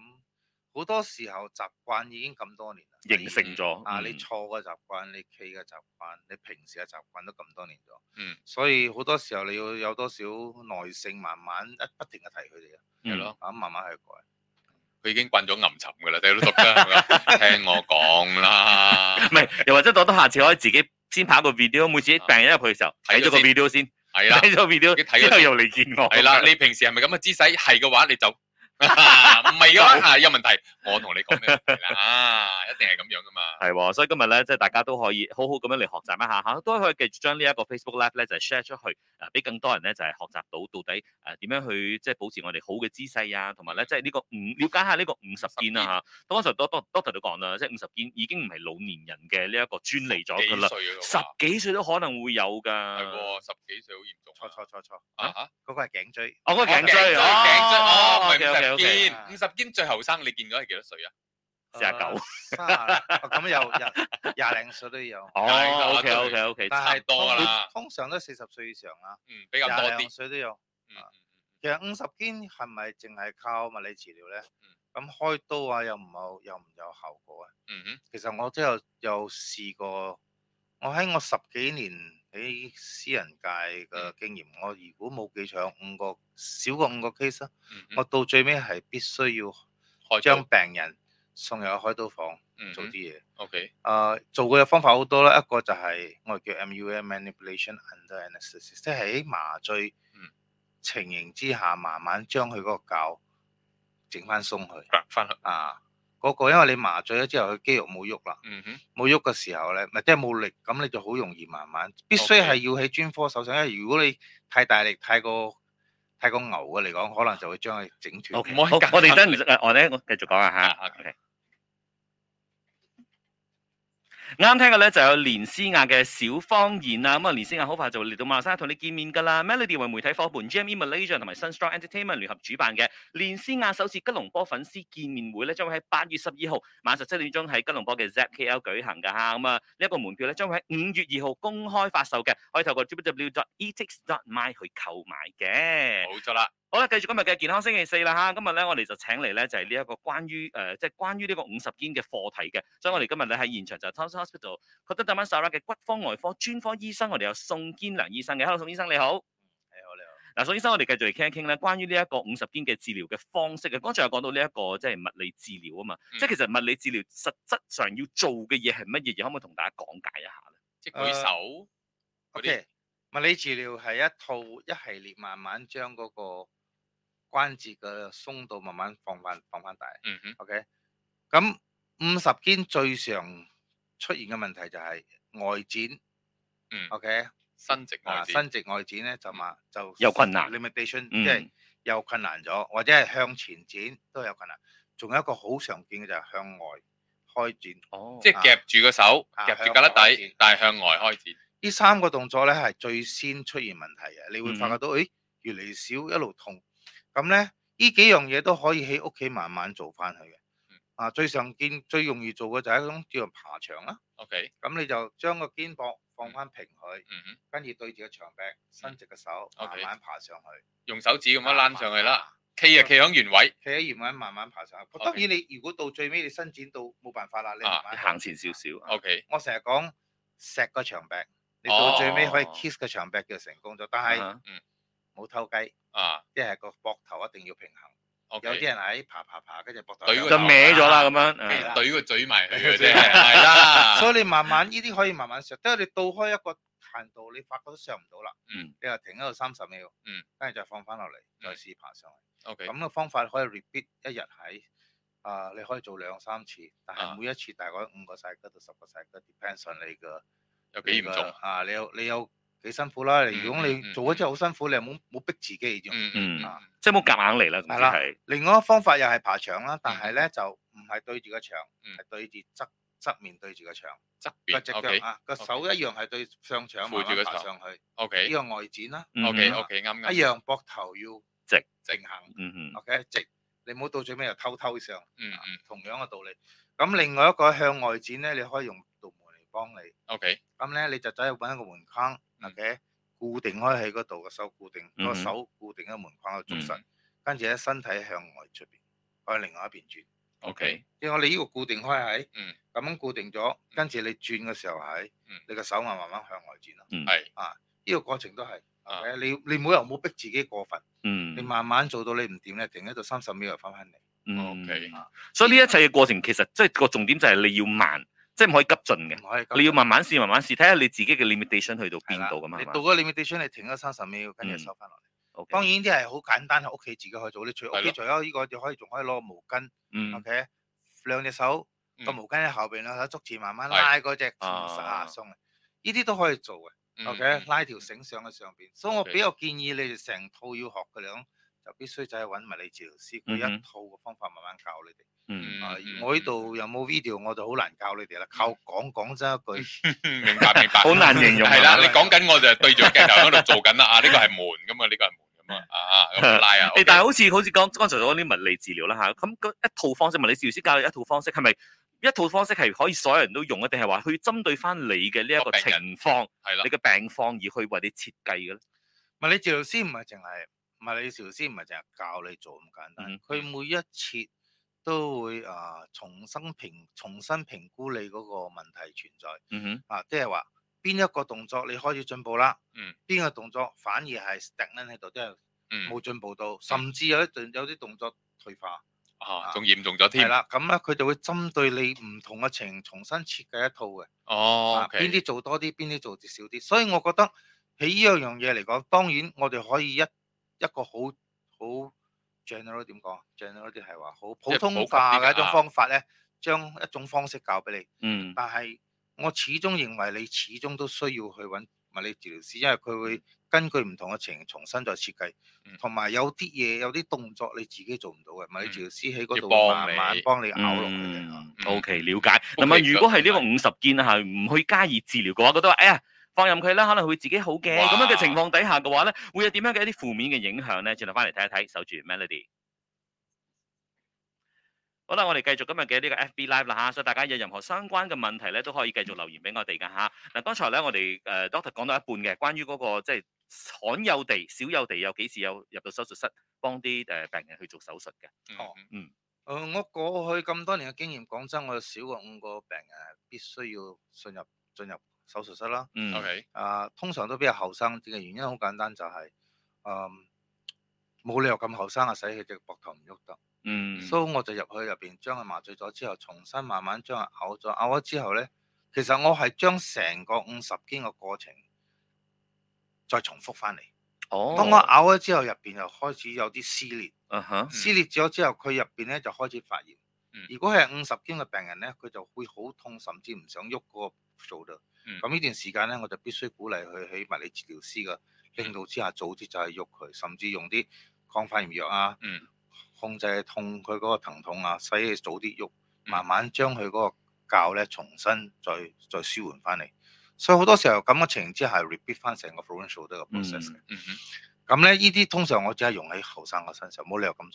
Speaker 1: 好多時候習慣已經咁多年啦，
Speaker 2: 形成咗
Speaker 1: 你啊，你
Speaker 2: 嗯
Speaker 1: 錯嘅習慣，你企嘅習慣，你平時嘅習慣都咁多年咗。
Speaker 3: 嗯，
Speaker 1: 所以好多時候你要有多少耐性，慢慢一不停嘅提佢哋
Speaker 3: 係
Speaker 2: 嗯
Speaker 3: 咯，
Speaker 1: 啊，咁慢慢去改。
Speaker 3: 佢已經慣咗吟沉㗎啦，睇到讀得係咪 啊聽我講啦，
Speaker 2: 唔係，又或者多多下次可以自己先拍一個 video，每次病人入去嘅時候
Speaker 3: 睇
Speaker 2: 睇
Speaker 3: 咗
Speaker 2: 咗個
Speaker 3: 先
Speaker 2: video 先，
Speaker 3: 係啦。
Speaker 2: 睇咗個 video
Speaker 3: 睇咗先
Speaker 2: 之後又嚟見我。
Speaker 3: 係啦，你平時係咪咁嘅姿勢？係嘅話，你就唔係嘅話，啊有問題。我同你講咩問題啦？啊，一定係咁樣噶嘛。
Speaker 2: 係喎，所以今日咧，即係大家都可以好好咁樣嚟學習一下嚇，都可以繼續將呢一個 Facebook Live 咧就係 share 出去，誒俾更多人咧就係學習到到底誒點樣去即係保持我哋好嘅姿勢啊，同埋
Speaker 3: 嗯
Speaker 2: 咧即係呢個五了解下呢個五十肩啊嚇。當時多多 Doctor 都講啦，即係五十肩已經唔係老年人嘅呢一個專利咗
Speaker 3: 幾
Speaker 2: 㗎啦，
Speaker 3: 歲
Speaker 2: 十
Speaker 3: 啊？
Speaker 2: 幾歲都可能會有
Speaker 3: 係
Speaker 2: 㗎。
Speaker 3: 喎，十幾歲好嚴重啊。
Speaker 1: 錯錯錯錯，
Speaker 3: 啊嚇！
Speaker 1: 嗰個係頸椎。
Speaker 2: 我個頸椎
Speaker 1: 哦
Speaker 3: 頸椎哦，
Speaker 2: 哦
Speaker 3: 唔係五十
Speaker 2: OK，OK，OK
Speaker 3: 肩，五十肩最後生，你見咗係幾多歲啊？
Speaker 2: 49
Speaker 1: 誒卅 哦咁又廿廿零歲都有，
Speaker 2: 哦，OK OK OK，
Speaker 1: 但
Speaker 3: 差唔
Speaker 1: 係
Speaker 3: 多㗎啦
Speaker 1: 通通常都四十歲以上啦，
Speaker 3: 嗯，比較多
Speaker 1: 廿零
Speaker 3: 啲。
Speaker 1: 歲都有。
Speaker 3: 嗯
Speaker 1: 其實五十肩係咪淨係靠物理治療咧
Speaker 3: 嗯？
Speaker 1: 咁開刀啊又唔有又唔有效果啊？
Speaker 3: 嗯嗯
Speaker 1: 其實我都有有試過，我喺我十幾年喺私人界
Speaker 3: 嗯
Speaker 1: 嘅經驗，我如果冇記錯，有五個少過五個 case 啦，
Speaker 3: 嗯嗯
Speaker 1: 我到最尾係必須要
Speaker 3: 開
Speaker 1: 將
Speaker 3: 張
Speaker 1: 病人送入開刀房
Speaker 3: 嗯
Speaker 1: 做啲嘢。
Speaker 3: ，OK，
Speaker 1: 啊做嘅方法好多啦，一個就係我哋叫 MUA manipulation under anesthesia，即係喺麻醉
Speaker 3: 嗯
Speaker 1: 情形之下，慢慢將佢嗰個臼整翻鬆佢
Speaker 3: 翻去，
Speaker 1: 啊。嗰、個因為你麻醉咗之後，佢肌肉冇喐啦，
Speaker 3: 嗯哼，
Speaker 1: 冇喐嘅時候咧，咪即係冇力，咁你就好容易慢慢必須
Speaker 3: OK
Speaker 1: 係要喺專科手上，因為如果你太大力、太過太過牛嘅嚟講，可能就會將佢整斷。
Speaker 2: O K，
Speaker 3: 唔可以
Speaker 2: 好，
Speaker 3: 夾
Speaker 2: 我哋等陣誒，我咧我繼續講下
Speaker 3: 啊
Speaker 2: 嚇。OK 啱聽嘅咧就有連詩雅嘅小方言啊，咁啊連詩雅好快就會嚟到馬來西亞同你見面㗎啦。Melody 為媒體伙伴 GME Malaysia 同埋 Sunstrong Entertainment 聯合主辦嘅連詩雅首次吉隆坡粉絲見面會咧，將會喺八月十二號晚十七點鐘喺吉隆坡嘅 ZKL 舉行㗎嚇。咁啊呢一個門票咧將會喺五月二號公開發售嘅，可以透過 e www.etix.my 去購買嘅。
Speaker 3: 冇咗啦，
Speaker 2: 好啦，繼續今日嘅健康星期四啦嚇，今日咧我哋就請嚟咧就係呢一個關於誒、呃即係關於呢個五十肩嘅課題嘅，所以我哋今日咧喺現場就係 Thompson Hospital 覺得 d a m a s a r a 嘅骨科外科專科醫生，我哋有宋堅良醫生嘅，hello 宋醫生你
Speaker 1: 你
Speaker 2: 好。
Speaker 1: 好你好
Speaker 2: 嗱，宋醫生，我哋繼續嚟傾一傾咧，關於呢一個五十肩嘅治療嘅方式嘅。剛才有講到呢一個即係物理治療啊嘛，
Speaker 3: 嗯
Speaker 2: 即係其實物理治療實質上要做嘅嘢係乜嘢嘢，可唔可以同大家講解一下咧？
Speaker 3: 即係舉手嗰
Speaker 1: O
Speaker 3: 啲
Speaker 1: K，物理治療係一套一系列慢慢將嗰個關節嘅鬆度慢慢放翻放翻大。
Speaker 3: 嗯哼，
Speaker 1: O K，咁五十肩最常出現嘅問題就係外展。
Speaker 3: 嗯
Speaker 1: ，O K，
Speaker 3: 伸直外
Speaker 1: 啊，
Speaker 3: 展，嗯
Speaker 1: 伸直外展咧就嘛就
Speaker 2: 有困難
Speaker 1: limitation，即係
Speaker 2: 嗯，
Speaker 1: 又困難咗，或者係向前展都有困難。仲有一個好常見嘅就係向外開展。
Speaker 2: 哦，
Speaker 3: 即係夾住個手，
Speaker 1: 啊
Speaker 3: 夾住
Speaker 1: 向
Speaker 3: 架
Speaker 1: 外
Speaker 3: 甩
Speaker 1: 開
Speaker 3: 底
Speaker 1: 展，
Speaker 3: 但係向外開展，
Speaker 1: 呢三個動作咧係最先出現問題嘅，你會發
Speaker 2: 嗯
Speaker 1: 覺到，誒、越嚟越少，一路痛。咁咧，呢幾樣嘢都可以喺屋企慢慢做翻去嘅
Speaker 3: 嗯。
Speaker 1: 啊，最常見、最容易做嘅就係一種叫做爬牆啦。
Speaker 3: ，OK，
Speaker 1: 咁你就將個肩膊放翻平佢，
Speaker 3: 嗯哼，
Speaker 1: 跟住對住個牆壁，伸直個手，
Speaker 3: 嗯
Speaker 1: 慢
Speaker 3: OK
Speaker 1: 慢爬上去。
Speaker 3: 用手指咁樣
Speaker 1: 啊
Speaker 3: 攬上去啦，。企就企響原位，
Speaker 1: 企喺原位慢慢爬上去。
Speaker 3: OK 啊
Speaker 1: 當然你如果到最尾你伸展到冇辦法啦，你慢慢啊
Speaker 2: 行前少。啊少。
Speaker 3: OK，
Speaker 1: 我成日講錫個牆壁，你到最尾可以
Speaker 2: 哦
Speaker 1: kiss 個牆壁叫成功咗，但係
Speaker 2: 啊
Speaker 1: 冇偷雞。
Speaker 3: 啊
Speaker 1: 即係個膊頭一定要平衡。
Speaker 3: ，OK，
Speaker 1: 有啲人喺爬爬爬，跟住膊頭
Speaker 3: 懟
Speaker 1: 又
Speaker 3: 個
Speaker 2: 就
Speaker 3: 頭
Speaker 2: 歪咗啦咁
Speaker 1: 係
Speaker 2: 樣嗯
Speaker 1: 啦。
Speaker 3: 懟個嘴埋去嘅啫，
Speaker 1: 係
Speaker 3: 係 啦，
Speaker 1: 所以你慢慢呢啲可以慢慢上，即係你到開一個限度，你發覺都上唔到啦。
Speaker 3: 嗯，
Speaker 1: 你又停喺度三十秒，
Speaker 3: 嗯，
Speaker 1: 跟住再放翻落嚟，再
Speaker 3: 嗯
Speaker 1: 試爬上去。
Speaker 3: OK，
Speaker 1: 咁嘅方法可以 repeat 一日喺啊，你可以做兩三次，但
Speaker 3: 啊
Speaker 1: 係每一次大概五個 cycle 到十個 cycle，depends on 你嘅
Speaker 3: 有幾
Speaker 1: 你
Speaker 3: 嚴重
Speaker 1: 嘅？啊，你有你有幾辛苦啦。如果
Speaker 3: 嗯嗯
Speaker 1: 你
Speaker 3: 嗯
Speaker 1: 做咗之後好辛苦，你又冇冇逼自己啫。
Speaker 3: 嗯
Speaker 2: 嗯
Speaker 3: 啊
Speaker 2: 即係冇夾硬嚟啦，咁
Speaker 1: 係
Speaker 2: 就
Speaker 1: 啦
Speaker 2: 係。
Speaker 1: 另外一個方法又係爬牆啦，但係
Speaker 3: 嗯
Speaker 1: 咧就唔係對住個牆，
Speaker 3: 嗯
Speaker 1: 係對住側側面對住個牆，
Speaker 3: 側
Speaker 1: 個
Speaker 3: 邊
Speaker 1: 隻
Speaker 3: ，OK
Speaker 1: 腳啊個手一樣係對上牆，
Speaker 3: 扶
Speaker 1: 慢
Speaker 3: 住個
Speaker 1: 慢爬
Speaker 3: 牆
Speaker 1: 上去。呢
Speaker 3: OK
Speaker 1: 個外展啦，
Speaker 2: 嗯
Speaker 3: OK
Speaker 2: 哼
Speaker 3: OK，啱啱
Speaker 1: 一樣膊頭要
Speaker 2: 直
Speaker 1: 平衡
Speaker 2: 嗯哼，
Speaker 1: ，OK 直，你唔好到最尾又偷偷上，
Speaker 3: 嗯
Speaker 1: 啊
Speaker 3: 嗯
Speaker 1: 同樣嘅道理。咁另外一個向外展咧，你可以用道門嚟幫你。
Speaker 3: ，OK
Speaker 1: 咁咧你就走去揾一個門框
Speaker 3: 嗯
Speaker 1: ，OK 固定開喺嗰度個手固定，
Speaker 2: 嗯
Speaker 1: 個
Speaker 2: 哼
Speaker 1: 手固定喺門框度捉
Speaker 2: 嗯
Speaker 1: 實，跟住咧身體向外出邊，向另外一邊轉。
Speaker 3: OK，
Speaker 1: 因為我哋呢個固定開喺，
Speaker 3: 嗯
Speaker 1: 咁樣固定咗，跟住你轉嘅時候喺
Speaker 3: 嗯，
Speaker 1: 你個手咪慢慢向外轉咯。
Speaker 2: 嗯
Speaker 1: 啊
Speaker 3: 係
Speaker 1: 呢個過程都係，
Speaker 3: 啊
Speaker 1: 係啊你你冇又冇逼自己過分，
Speaker 2: 嗯，
Speaker 1: 你慢慢做到你唔掂咧，停喺度三十秒又翻返嚟。
Speaker 2: 嗯
Speaker 3: OK
Speaker 2: 所以呢一切嘅過程其實即係個重點就係你要慢，即係唔可以急進嘅，
Speaker 1: 唔可以咁
Speaker 2: 你要慢慢試，慢慢試，睇下你自己嘅 limitation 去到
Speaker 1: 係
Speaker 2: 邊
Speaker 1: 啦
Speaker 2: 度噶嘛。
Speaker 1: 你
Speaker 2: 係嘛
Speaker 1: 到嗰 limitation，你停咗三十秒，跟住
Speaker 2: 嗯
Speaker 1: 收翻落嚟。
Speaker 2: OK
Speaker 1: 當然啲係好簡單，喺屋企自己可以做。你除
Speaker 3: 嗯係
Speaker 1: 屋
Speaker 3: 咯
Speaker 1: 企除咗呢個，你可以仲可以攞個毛巾
Speaker 2: 嗯
Speaker 1: ，OK，兩隻手
Speaker 3: 嗯
Speaker 1: 個毛巾喺後邊，兩手捉住慢慢
Speaker 3: 係
Speaker 1: 拉嗰隻
Speaker 2: 啊
Speaker 1: 啊鬆嘅，呢啲都可以做嘅。
Speaker 3: 嗯
Speaker 1: OK，
Speaker 3: 嗯
Speaker 1: 拉條繩上去上邊，所以我
Speaker 3: OK
Speaker 1: 比較建議你哋成套要學嘅樣，就必須就係揾物理治療師，佢
Speaker 2: 嗯
Speaker 1: 一
Speaker 2: 哼
Speaker 1: 套嘅方法慢慢教你哋。
Speaker 2: 嗯
Speaker 3: 嗯
Speaker 1: 啊
Speaker 3: 嗯，
Speaker 1: 我呢度有冇 video 我就好難教你哋啦，靠講講真一句，
Speaker 3: 明白明白，
Speaker 2: 好難形容
Speaker 3: 啊係啦，
Speaker 1: 係
Speaker 3: 你
Speaker 1: 咪
Speaker 3: 講緊我就對住個鏡頭喺度做緊啦，啊呢個 係門噶嘛，呢個係門噶嘛，啊咁拉啊
Speaker 2: 誒，但係好似好似講剛才所講啲物理治療啦嚇，咁嗰一套方式物理治療師教你一套方式係咪一套方式係可以所有人都用啊嘅，定係話去針對翻你嘅呢一個
Speaker 3: 個病人
Speaker 2: 情況、
Speaker 3: 係啦
Speaker 2: 你，嘅病況而去為你設計嘅咧？
Speaker 1: 物理治療師唔係淨係物理治療師唔係淨係教你做咁簡單
Speaker 2: 嗯，
Speaker 1: 佢每一次都會啊重新評重新評估你嗰個問題存在。
Speaker 2: 嗯哼，
Speaker 1: 啊，即係話邊一個動作你開始進步啦，
Speaker 3: 嗯，
Speaker 1: 邊個動作反而係 s t a 喺度，即係
Speaker 3: 嗯
Speaker 1: 冇進步到，甚至有一段有啲動作退化，
Speaker 3: 啊，仲嚴重咗
Speaker 1: 係
Speaker 3: 添。
Speaker 1: 啦，咁咧佢就會針對你唔同嘅情形重新設計一套嘅，
Speaker 3: 哦
Speaker 1: 啊
Speaker 3: ，OK，
Speaker 1: 邊啲做多啲，邊啲做少啲。所以我覺得喺呢樣嘢嚟講，當然我哋可以一一個好好 general 點講，general 啊啲係話好
Speaker 3: 係
Speaker 1: 普
Speaker 3: 普
Speaker 1: 通
Speaker 3: 及啲
Speaker 1: 化
Speaker 3: 嘅
Speaker 1: 嘅一種
Speaker 3: 啊
Speaker 1: 方法咧，將一種方式教俾你。
Speaker 2: 嗯，
Speaker 1: 但係我始終認為你始終都需要去揾物理治療師，因為佢會根據唔同嘅情形重新再設計
Speaker 3: 嗯，
Speaker 1: 同埋有啲嘢有啲動作你自己做唔到嘅，物理治療師喺嗰度
Speaker 3: 嗯要幫
Speaker 1: 慢慢
Speaker 3: 你
Speaker 1: 幫你咬落去嘅。啊
Speaker 2: 嗯，OK，了解。咁啊，
Speaker 3: 嗯
Speaker 2: 如果係呢個五十件啊，係唔去加以治療嘅話，覺得話，哎呀，放任佢啦，可能會自己好嘅。
Speaker 3: 哇
Speaker 2: 咁樣嘅情況底下嘅話咧，會有點樣嘅一啲負面嘅影響咧？轉頭翻嚟睇一睇，守住 Melody。好啦，我哋繼續今日嘅呢個 FB Live 啦嚇，所以大家有任何相關嘅問題咧，都可以繼續留言俾我哋噶嚇。嗱，剛才咧我哋誒 Doctor 講到一半嘅，關於嗰、個即係罕有地、少有地有幾時有入到手術室幫啲誒病人去做手術嘅。
Speaker 3: 嗯
Speaker 1: 哦
Speaker 3: 嗯
Speaker 1: 誒、我過去咁多年嘅經驗，講真，我有少過五個病人係必須要進入進入手術室啦。
Speaker 2: 嗯
Speaker 3: OK，
Speaker 1: 啊，通常都比較後生啲嘅原因好簡單，就係、嗯冇理由咁後生啊，使佢隻膊頭唔喐得。
Speaker 2: 嗯
Speaker 1: 所以我就入去入邊將佢麻醉咗之後，重新慢慢將佢咬咗，咬咗之後咧，其實我係將成個五十肩嘅過程再重複翻嚟。
Speaker 2: 哦，
Speaker 1: 當我咬咗之後，入邊就開始有啲撕裂，
Speaker 2: 嗯哼。
Speaker 1: 撕裂咗之後，佢入邊咧就開始發炎
Speaker 3: 嗯。
Speaker 1: 如果係五十肩嘅病人咧，佢就會好痛，甚至唔想喐嗰個做到。
Speaker 3: 嗯
Speaker 1: 咁呢段時間咧，我就必須鼓勵佢喺物理治療師嘅
Speaker 3: 嗯
Speaker 1: 領導之下，早啲就係喐佢，甚至用啲抗發炎藥啊。
Speaker 3: 嗯
Speaker 1: 控制痛佢嗰個疼痛啊，使佢早啲喐，
Speaker 3: 嗯
Speaker 1: 慢慢將佢嗰個教咧重新再再舒緩翻嚟。所以好多時候咁嘅情形之下係，repeat 翻成個 fluent shoulder 嘅 process 嘅。
Speaker 3: 嗯嗯
Speaker 1: 咁咧、呢啲通常我只係用喺後生嘅身上，冇理由咁咁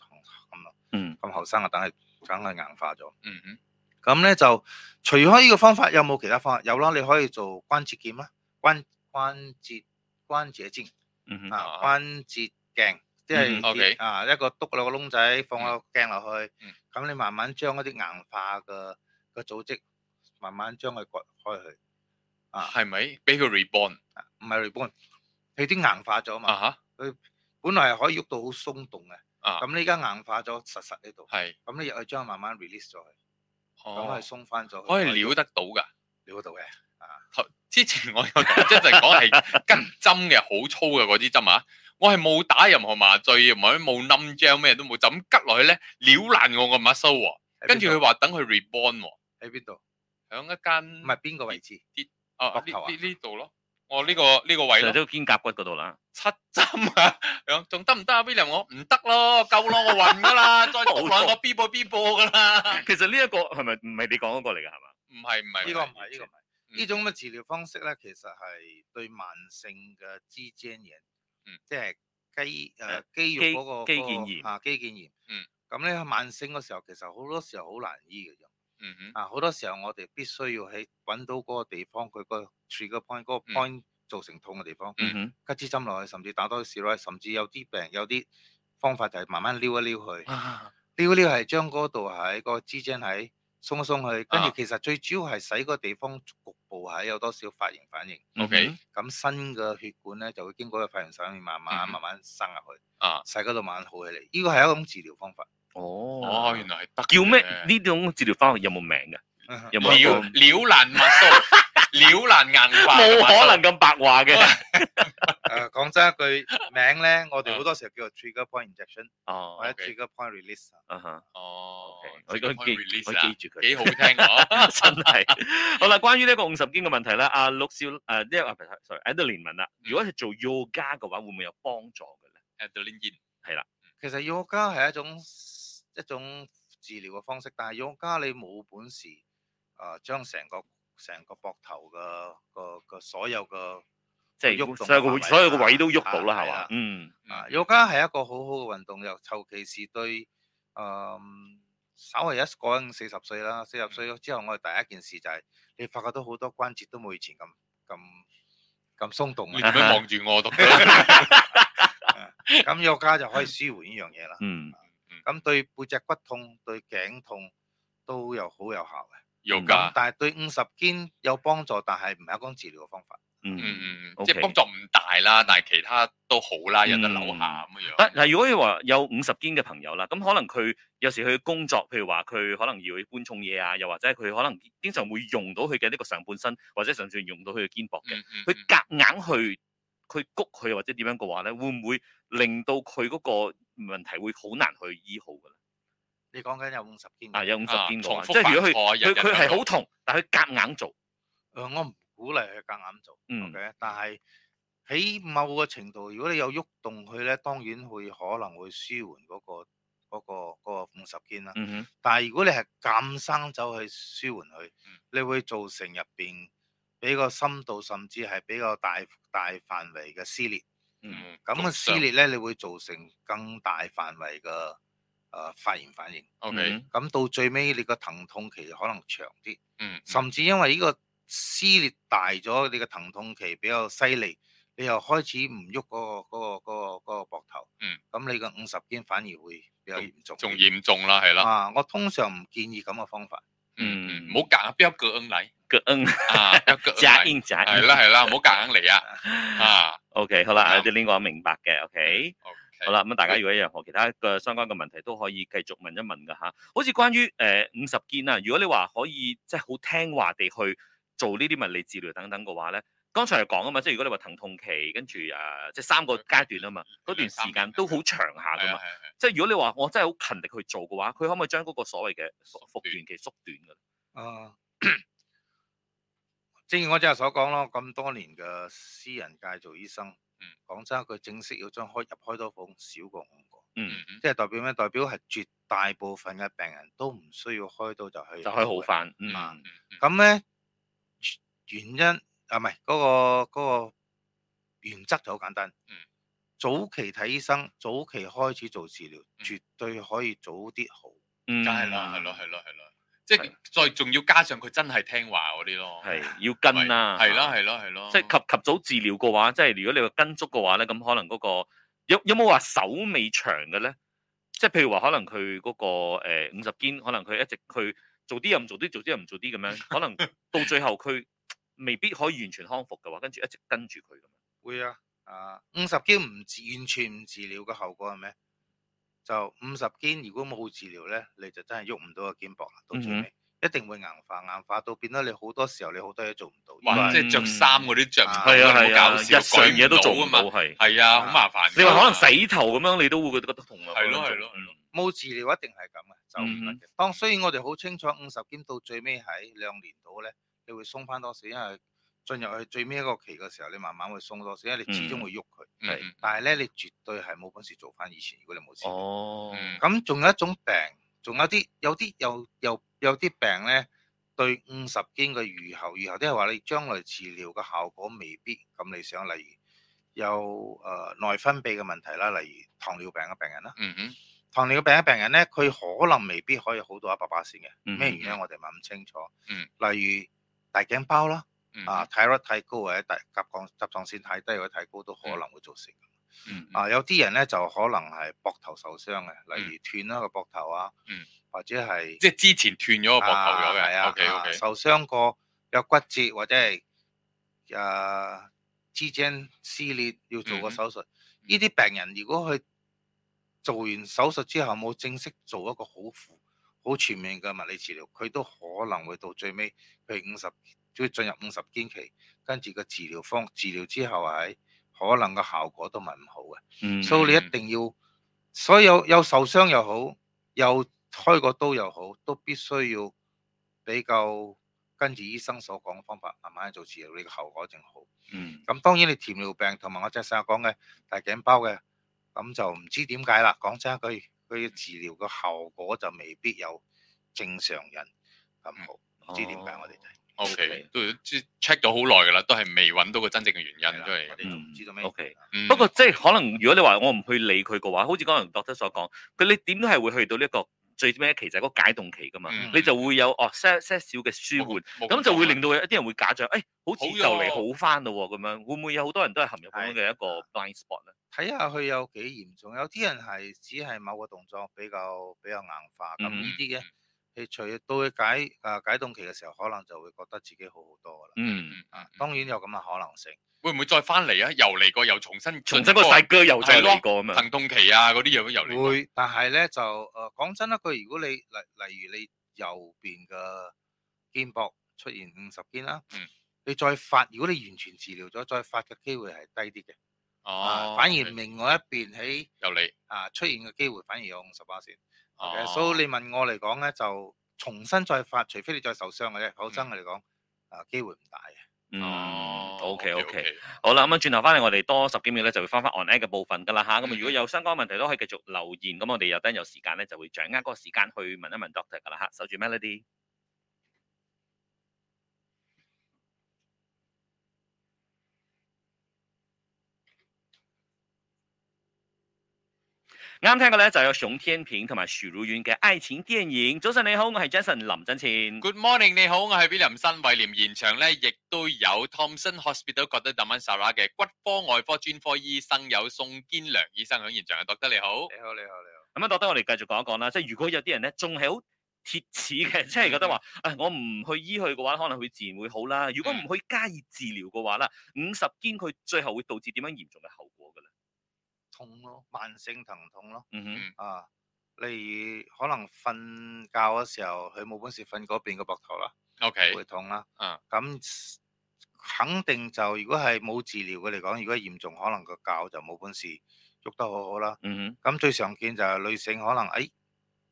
Speaker 1: 啊
Speaker 2: 嗯
Speaker 1: 咁後生啊，等佢等佢硬化咗。
Speaker 3: 嗯嗯
Speaker 1: 咁咧就除開呢個方法，有冇其他方法？有啦，你可以做關節劍啦，關關節關節鏡。
Speaker 2: 嗯哼
Speaker 1: 啊
Speaker 3: 啊
Speaker 1: 關節鏡，即
Speaker 2: 嗯
Speaker 1: 係
Speaker 3: ，OK
Speaker 1: 啲啊一個篤兩個窿仔，放個鏡落去
Speaker 3: 嗯，
Speaker 1: 咁你慢慢將嗰啲硬化嘅嘅組織，慢慢將佢割開去，
Speaker 3: 嗯，
Speaker 1: 啊
Speaker 3: 係咪俾佢 reborn
Speaker 1: 啊唔係 reborn，佢啲硬化咗嘛，
Speaker 3: 啊
Speaker 1: 本來係可以喐到好鬆動嘅，
Speaker 3: 吓啊
Speaker 1: 咁你而家硬化咗實實喺度，
Speaker 3: 係
Speaker 1: 咁你入去將佢慢慢 release 咗佢，咁
Speaker 3: 哦
Speaker 1: 係，鬆翻咗佢，
Speaker 3: 可以撩得到㗎。
Speaker 1: 撩到嘅，
Speaker 3: 頭之前我有 即係講係跟針嘅，好粗嘅嗰支針啊！我係冇打任何麻醉，唔係冇冧 gel 咩都冇，就咁拮落去咧，撩爛我個 muscle 喎。
Speaker 1: 喺
Speaker 3: 跟住佢
Speaker 1: 邊度
Speaker 3: 話等佢 reborn 喎，
Speaker 1: 喺邊度？
Speaker 3: 響一間
Speaker 1: 唔係邊個位置？
Speaker 3: 啊
Speaker 1: 膊頭啊
Speaker 3: 呢呢呢度咯，我呢個呢個位
Speaker 2: 就
Speaker 3: 咯，
Speaker 2: 都肩胛骨嗰度啦，
Speaker 3: 七針啊， 咁仲得唔得啊？William 我唔得咯，夠咯，我暈噶啦， 再讀落去我 B 波 B 波噶啦，
Speaker 2: 其實呢一個係咪唔係你講嗰個嚟㗎係嘛？
Speaker 3: 唔係唔係
Speaker 1: 呢個唔係呢個唔係。
Speaker 3: 嗯
Speaker 1: 呢種咁嘅治療方式咧，其實係對慢性嘅肌腱炎，
Speaker 3: 嗯
Speaker 1: 即係肌
Speaker 2: 誒
Speaker 1: 誒肌肉
Speaker 2: 肌
Speaker 1: 嗰、個
Speaker 2: 肌
Speaker 1: 嗰
Speaker 2: 腱
Speaker 1: 個
Speaker 2: 炎
Speaker 1: 啊肌腱炎。
Speaker 3: 嗯。
Speaker 1: 咁咧慢性嘅時候，其實好多時候好難醫嘅啫。
Speaker 3: 嗯哼
Speaker 1: 啊，好多時候我哋必須要喺揾到嗰個地方，佢個 trigger point 嗰個
Speaker 3: 嗯
Speaker 1: point 造成痛嘅地方，
Speaker 3: 嗯
Speaker 2: 哼，
Speaker 1: 拮支針落去，甚至打多啲 steroid，甚至有啲病有啲方法就係慢慢撩一撩佢，
Speaker 3: 啊
Speaker 1: 撩一撩係將嗰度喺個支撐喺鬆一鬆佢，跟
Speaker 3: 啊
Speaker 1: 住其實最主要係使個地方局部喺有多少發炎反應。
Speaker 2: 嗯
Speaker 3: OK
Speaker 1: 咁新嘅血管咧就會經過個肺炎上面慢慢
Speaker 3: 嗯
Speaker 1: 慢慢生入去，
Speaker 3: 啊，
Speaker 1: 細嗰度慢慢好起嚟。呢個係一種治療方法。
Speaker 2: 哦
Speaker 3: 哦，原來係得嘅
Speaker 2: 叫咩？呢種治療方法有冇名㗎？有冇一個
Speaker 3: 撩撩爛 muscle，撩爛硬化嘅 muscle，
Speaker 2: 冇可能咁白話嘅。
Speaker 1: 誒講真一句名咧，我哋好多時候叫做 trigger point injection
Speaker 2: 哦
Speaker 1: 或者
Speaker 3: 啊 OK
Speaker 1: trigger point release 啊。
Speaker 2: 啊哈
Speaker 3: 哦
Speaker 2: OK，，我
Speaker 3: 我
Speaker 2: 我記我
Speaker 3: release 啊，
Speaker 2: 記住佢，
Speaker 3: 幾好聽喎。
Speaker 2: 真係。好啦，關於呢個五十肩嘅問題啦，阿陸少誒呢個啊唔係，sorry，阿 d e l i n 問啦，如果係做 yoga 嘅話，會唔會有幫助嘅咧？
Speaker 3: Adeline Yin，
Speaker 1: 其實 yoga 係一種一種治療嘅方式，但係 yoga 你冇本事誒、呃、將成個成個膊頭嘅個個所有嘅
Speaker 2: 即
Speaker 1: 喐動
Speaker 2: 係
Speaker 1: 嘅
Speaker 2: 所有個
Speaker 1: 範圍
Speaker 2: 所有個位
Speaker 1: 啊
Speaker 2: 都喐到啦，
Speaker 1: 啊
Speaker 2: 係
Speaker 1: 係
Speaker 2: 嘛
Speaker 1: 啦？
Speaker 2: 嗯，
Speaker 1: 啊
Speaker 3: 嗯
Speaker 1: ，yoga 係一個好好嘅運動，又尤其是對誒、嗯稍為一個人四十歲啦，四十歲之後，我哋第一件事就係、你發覺到好多關節都冇以前咁咁咁鬆動
Speaker 3: 你
Speaker 1: 啊，
Speaker 3: 做咩望住 我讀
Speaker 2: Ừ,
Speaker 3: 嘅？
Speaker 1: 咁 yoga 就可以舒緩呢樣嘢啦。
Speaker 3: Ừ,
Speaker 2: 嗯，
Speaker 1: 咁對背脊骨痛、對頸痛都有好有效嘅。
Speaker 2: 啊
Speaker 3: yoga，
Speaker 1: 但係對五十肩有幫助，但係唔係一種治療嘅方法。
Speaker 2: 嗯。
Speaker 3: 嗯嗯
Speaker 2: Ừ,
Speaker 3: 嗯，
Speaker 2: OK Ừ.
Speaker 3: 即係幫助唔大啦，但係其他都好啦，有得扭下咁樣
Speaker 2: 但
Speaker 3: 樣。
Speaker 2: 啊嗱，如果你話有五十肩嘅朋友啦，咁可能佢有時佢工作，譬如話佢可能要搬重嘢啊，又或者佢可能經常會用到佢嘅呢個上半身，或者甚至用到佢嘅肩膊嘅，
Speaker 3: 嗯嗯
Speaker 2: 佢夾硬去佢谷佢或者點樣嘅話咧，會唔會令到佢嗰個問題會好難去醫好嘅咧？
Speaker 1: 你講緊有五十肩嘅
Speaker 2: 啊，有五十
Speaker 3: 啊
Speaker 2: 肩嘅
Speaker 3: 重
Speaker 2: 話，
Speaker 3: 複
Speaker 2: 即係如果佢
Speaker 3: 犯錯日
Speaker 2: 佢
Speaker 3: 日
Speaker 2: 佢係
Speaker 3: 都
Speaker 2: 好痛，但係佢夾硬做，
Speaker 1: 誒，呃我唔鼓勵佢夾硬做
Speaker 2: 嗯
Speaker 1: ，OK？但係喺某個程度，如果你有喐動佢咧，當然會可能會舒緩嗰、個嗰、個嗰、個五十肩啦。
Speaker 2: 嗯哼，
Speaker 1: 但係如果你係咁生走去舒緩佢
Speaker 3: 嗯，
Speaker 1: 你會造成入邊比較深度，甚至係比較大大範圍嘅撕裂。
Speaker 2: 嗯
Speaker 3: 嗯
Speaker 1: 咁嘅撕
Speaker 3: 上
Speaker 1: 裂咧，你會造成更大範圍嘅誒發炎反應。
Speaker 3: ，OK，Ừ,
Speaker 2: 嗯
Speaker 1: 咁到最尾，你個疼痛期可能長啲。
Speaker 3: 嗯，
Speaker 1: 甚至因為呢個撕裂大咗，你嘅疼痛期比較犀利，你又開始唔喐嗰個嗰、個嗰、個嗰、個膊頭，
Speaker 3: 嗯，
Speaker 1: 咁你嘅五十肩反而會比較嚴重，
Speaker 3: 仲嚴重啦，係
Speaker 2: Ờ,
Speaker 3: 啦，
Speaker 1: 啊！我通常唔建議咁嘅方法，
Speaker 3: 嗯，
Speaker 2: 嗯
Speaker 3: 嗯唔好夾硬，邊有腳硬嚟
Speaker 2: 腳硬
Speaker 3: 啊？邊有 腳硬
Speaker 2: 假
Speaker 3: 嚟
Speaker 2: 嗯硬假
Speaker 3: 係
Speaker 2: 硬
Speaker 3: 啦係啦，唔好夾硬嚟啊！啊
Speaker 2: OK，好啦，
Speaker 3: 啱
Speaker 2: 有啲呢個我明白嘅，OK。
Speaker 3: À, ，OK，
Speaker 2: 好啦，咁大家如果有任何其他嘅相關嘅問題，都可以繼續問一問噶吓。好似關於誒五十肩啊，如果你話可以即係好聽話地去做呢啲物理治療等等嘅話咧，剛才又講啊嘛，即係如果你話疼痛期，跟住誒呃即係三個階段
Speaker 3: Ờ,
Speaker 2: 啊嘛，嗰段時間都好長下
Speaker 3: 係
Speaker 2: 噶
Speaker 3: 啊
Speaker 2: 嘛。
Speaker 3: 係啊係啊
Speaker 2: 即係如果你話我真係好勤力去做嘅話，佢可唔可以將嗰個所謂嘅復原期縮短㗎？嗯
Speaker 1: 啊！正如我今日所講咯，咁多年嘅私人界做醫生
Speaker 3: 嗯，
Speaker 1: 講真一句，正式要將開入開多房少過五個，
Speaker 2: 嗯，
Speaker 3: 嗯嗯
Speaker 1: 即係代表咩？代表係絕大部分嘅病人都唔需要開刀就去
Speaker 2: 就可以好
Speaker 1: 嘅
Speaker 2: 翻。嗯
Speaker 1: 啊
Speaker 3: 嗯嗯
Speaker 1: 咁咧原因啊，唔係嗰個嗰個原則就好簡單。
Speaker 3: 嗯，
Speaker 1: 早期睇醫生，早期開始做治療，
Speaker 3: 嗯
Speaker 1: 絕對可以早啲好。
Speaker 2: 嗯，
Speaker 3: 梗係啦，係咯，係咯，係咯，即係再仲要加上佢真係聽話嗰啲咯，
Speaker 2: 係要跟啦，
Speaker 3: 係啦，係啦，係咯，
Speaker 2: 即係及及早治療嘅話，即係如果你話跟足嘅話咧，咁可能嗰、個有有冇話手尾長嘅咧？即係譬如話，可能佢嗰、個呃誒五十肩，可能佢一直佢做啲又唔做啲，做啲又唔做啲咁樣， 可能到最後佢未必可以完全康復嘅話，跟住一直跟住佢咁樣。
Speaker 1: 會啊，啊五十肩唔治，完全唔治療嘅後果係咩？就五十肩如果冇治療咧，你就真係喐唔到個肩膊啦，到最
Speaker 2: 嗯
Speaker 1: 尾、一定會硬化，硬化到變咗你好多時候你好多嘢做唔到。
Speaker 3: 哇，
Speaker 2: 嗯
Speaker 3: 即係着衫嗰啲着唔到，
Speaker 1: 係
Speaker 2: 啊
Speaker 3: 好
Speaker 2: 係啊，
Speaker 3: 搞
Speaker 2: 日
Speaker 3: 笑，
Speaker 2: 常嘢都做
Speaker 3: 舉
Speaker 2: 唔
Speaker 3: 唔到
Speaker 2: 到
Speaker 3: 啊嘛，
Speaker 2: 係。
Speaker 3: 係啊，好麻煩㗎。
Speaker 2: 你話可能洗頭咁樣，你都會覺得痛啊。
Speaker 3: 係咯
Speaker 2: 可能
Speaker 3: 係咯係咯
Speaker 1: 冇治療一定係咁嘅，就唔得嘅。當雖然我哋好清楚五十肩到最尾喺兩年度咧，你會鬆翻多少，因為進入去最尾一個期嘅時候，你慢慢會鬆多少，因為你始終會喐佢。
Speaker 3: 嗯嗯
Speaker 1: 但係咧，你絕對係冇本事做翻以前，如果你冇治療。
Speaker 2: 哦，
Speaker 3: 嗯
Speaker 1: 咁仲有一種病，仲有啲有啲有有有啲病咧，對五十肩嘅預後預後，即係話你將來治療嘅效果未必咁理想，例如有誒、呃、內分泌嘅問題啦，例如糖尿病嘅病人啦。
Speaker 3: 嗯嗯
Speaker 1: 糖尿病嘅病人咧，佢可能未必可以好到一百八先嘅，
Speaker 2: 嗯
Speaker 1: 咩原因我哋唔係咁清楚。
Speaker 3: 嗯
Speaker 1: 例如大頸包啦，
Speaker 3: 嗯
Speaker 1: 啊，體率太高或者大甲狀甲狀腺太低或者太高都可能會造成。
Speaker 3: 嗯嗯
Speaker 1: 啊，有啲人咧就可能係膊頭受傷嘅，例如斷啦個膊頭啊
Speaker 3: 嗯，
Speaker 1: 或者係
Speaker 3: 即係之前斷咗個膊頭
Speaker 1: 啊係
Speaker 3: 咗嘅
Speaker 1: 啊
Speaker 3: ，OK
Speaker 1: 啊
Speaker 3: OK，
Speaker 1: 受傷過有骨折或者係誒肌腱撕裂要做個
Speaker 3: 嗯哼
Speaker 1: 手術。呢啲病人如果佢做完手術之後冇正式做一個好輔好全面嘅物理治療，佢都可能會到最尾，譬如五十會進入五十肩期，跟住個治療方治療之後係可能個效果都唔係咁好嘅。
Speaker 2: 嗯
Speaker 1: 所以你一
Speaker 3: 嗯
Speaker 1: 定要，所有有受傷又好，有開過刀又好，都必須要比較跟住醫生所講嘅方法，慢慢去做治療，你個效果正好。
Speaker 2: 嗯
Speaker 1: 咁當然你糖尿病同埋我隻手講嘅大頸包嘅，咁就唔知點解啦。講真一句，佢嘅治療個效果就未必有正常人咁好，唔知點解我哋就係
Speaker 3: 哦 OK，都 check 咗好耐㗎啦，都係未揾到個真正嘅原因出嚟
Speaker 1: 我
Speaker 3: 嘅
Speaker 1: 哋就唔知道咩原因
Speaker 2: OK
Speaker 1: 啦。
Speaker 3: 嗯。
Speaker 2: 不過即係可能，如果你話我唔去理佢嘅話，好似剛才 doctor 所講，佢你點都係會去到呢一個最尾一期就係嗰個解凍期噶嘛，
Speaker 3: 嗯
Speaker 2: 你就會有哦些些少嘅舒緩，
Speaker 3: 冇
Speaker 2: 咁就會令到有一啲人會假象，誒、哎好
Speaker 3: 好
Speaker 2: 似
Speaker 3: 咗
Speaker 2: 就嚟好翻咯喎咁樣，會唔會有好多人哦都係陷入咁樣嘅一個 blind spot 咧？
Speaker 1: 睇下佢有幾嚴重，有啲人係只係某個動作比較比較硬化，咁
Speaker 2: 嗯
Speaker 1: 呢啲嘅你隨到佢解啊解凍期嘅時候，可能就會覺得自己好好多噶啦。
Speaker 2: 嗯，
Speaker 1: 啊，當然有咁嘅可能性。
Speaker 3: 會唔會再翻嚟啊？又嚟過，又重新
Speaker 2: 重新個細哥又再嚟過咁樣，
Speaker 3: 疼痛期啊，嗰啲嘢會又嚟過。
Speaker 1: 會，但係咧就誒講真一句，如果你例例如你右邊嘅肩膊出現五十肩啦，
Speaker 3: 嗯
Speaker 1: 你再發，如果你完全治療咗，再發嘅機會係低啲嘅，
Speaker 3: 哦
Speaker 1: 啊，反而
Speaker 3: Ờ, OK，
Speaker 1: 另外一邊喺
Speaker 3: 又嚟。
Speaker 1: 啊出現嘅機會反而有五十巴先。
Speaker 3: 哦
Speaker 1: 所以你問我嚟講咧，就重新再發，除非你再受傷嘅啫，否則我嚟講啊機會唔大嘅。
Speaker 2: 嗯
Speaker 3: 哦
Speaker 2: ，OK OK。
Speaker 3: OK，OK
Speaker 2: 好啦，咁啊，轉頭翻嚟，我哋多十幾秒咧就會翻翻 on air 嘅部分噶啦吓。咁啊，如果有相關問題都可以繼續留言，咁我哋有得有時間咧就會掌握嗰個時間去問一問 doctor 噶啦吓。守住 Melody。啱聽嘅咧就有熊天平同埋許茹芸嘅愛情電影。早晨你好，我係 Jason 林振前。
Speaker 3: Good morning，你好，我係 William 新偉廉。現場咧，亦都有 Thompson Hospital 覺得 d a m a n s a r a 嘅骨科外科專科醫生，有宋堅良醫生喺現場。doctor 你好，
Speaker 1: 你好，你好，你好。
Speaker 2: 咁啊，覺得我哋繼續講一講啦，即係如果有啲人咧仲係好鐵齒嘅， 即係
Speaker 3: 嗯
Speaker 2: 覺得話，誒、我唔去醫佢嘅話，可能佢自然會好啦。如果唔去加以治療嘅話啦，五十肩佢最後會導致點樣嚴重嘅後果㗎啦？
Speaker 1: 痛咯，慢性疼痛咯。
Speaker 2: 嗯哼，
Speaker 1: 啊，例如可能瞓覺嘅時候，佢冇本事瞓嗰邊個膊頭啦，
Speaker 3: OK，ờ.
Speaker 1: 會痛啦。
Speaker 3: 嗯
Speaker 1: 咁 s- 肯定就如果係冇治療嘅嚟講，如果係嚴重，可能個教就冇本事喐得好好啦。
Speaker 2: 嗯哼，
Speaker 1: 咁最常見就係女性可能誒、哎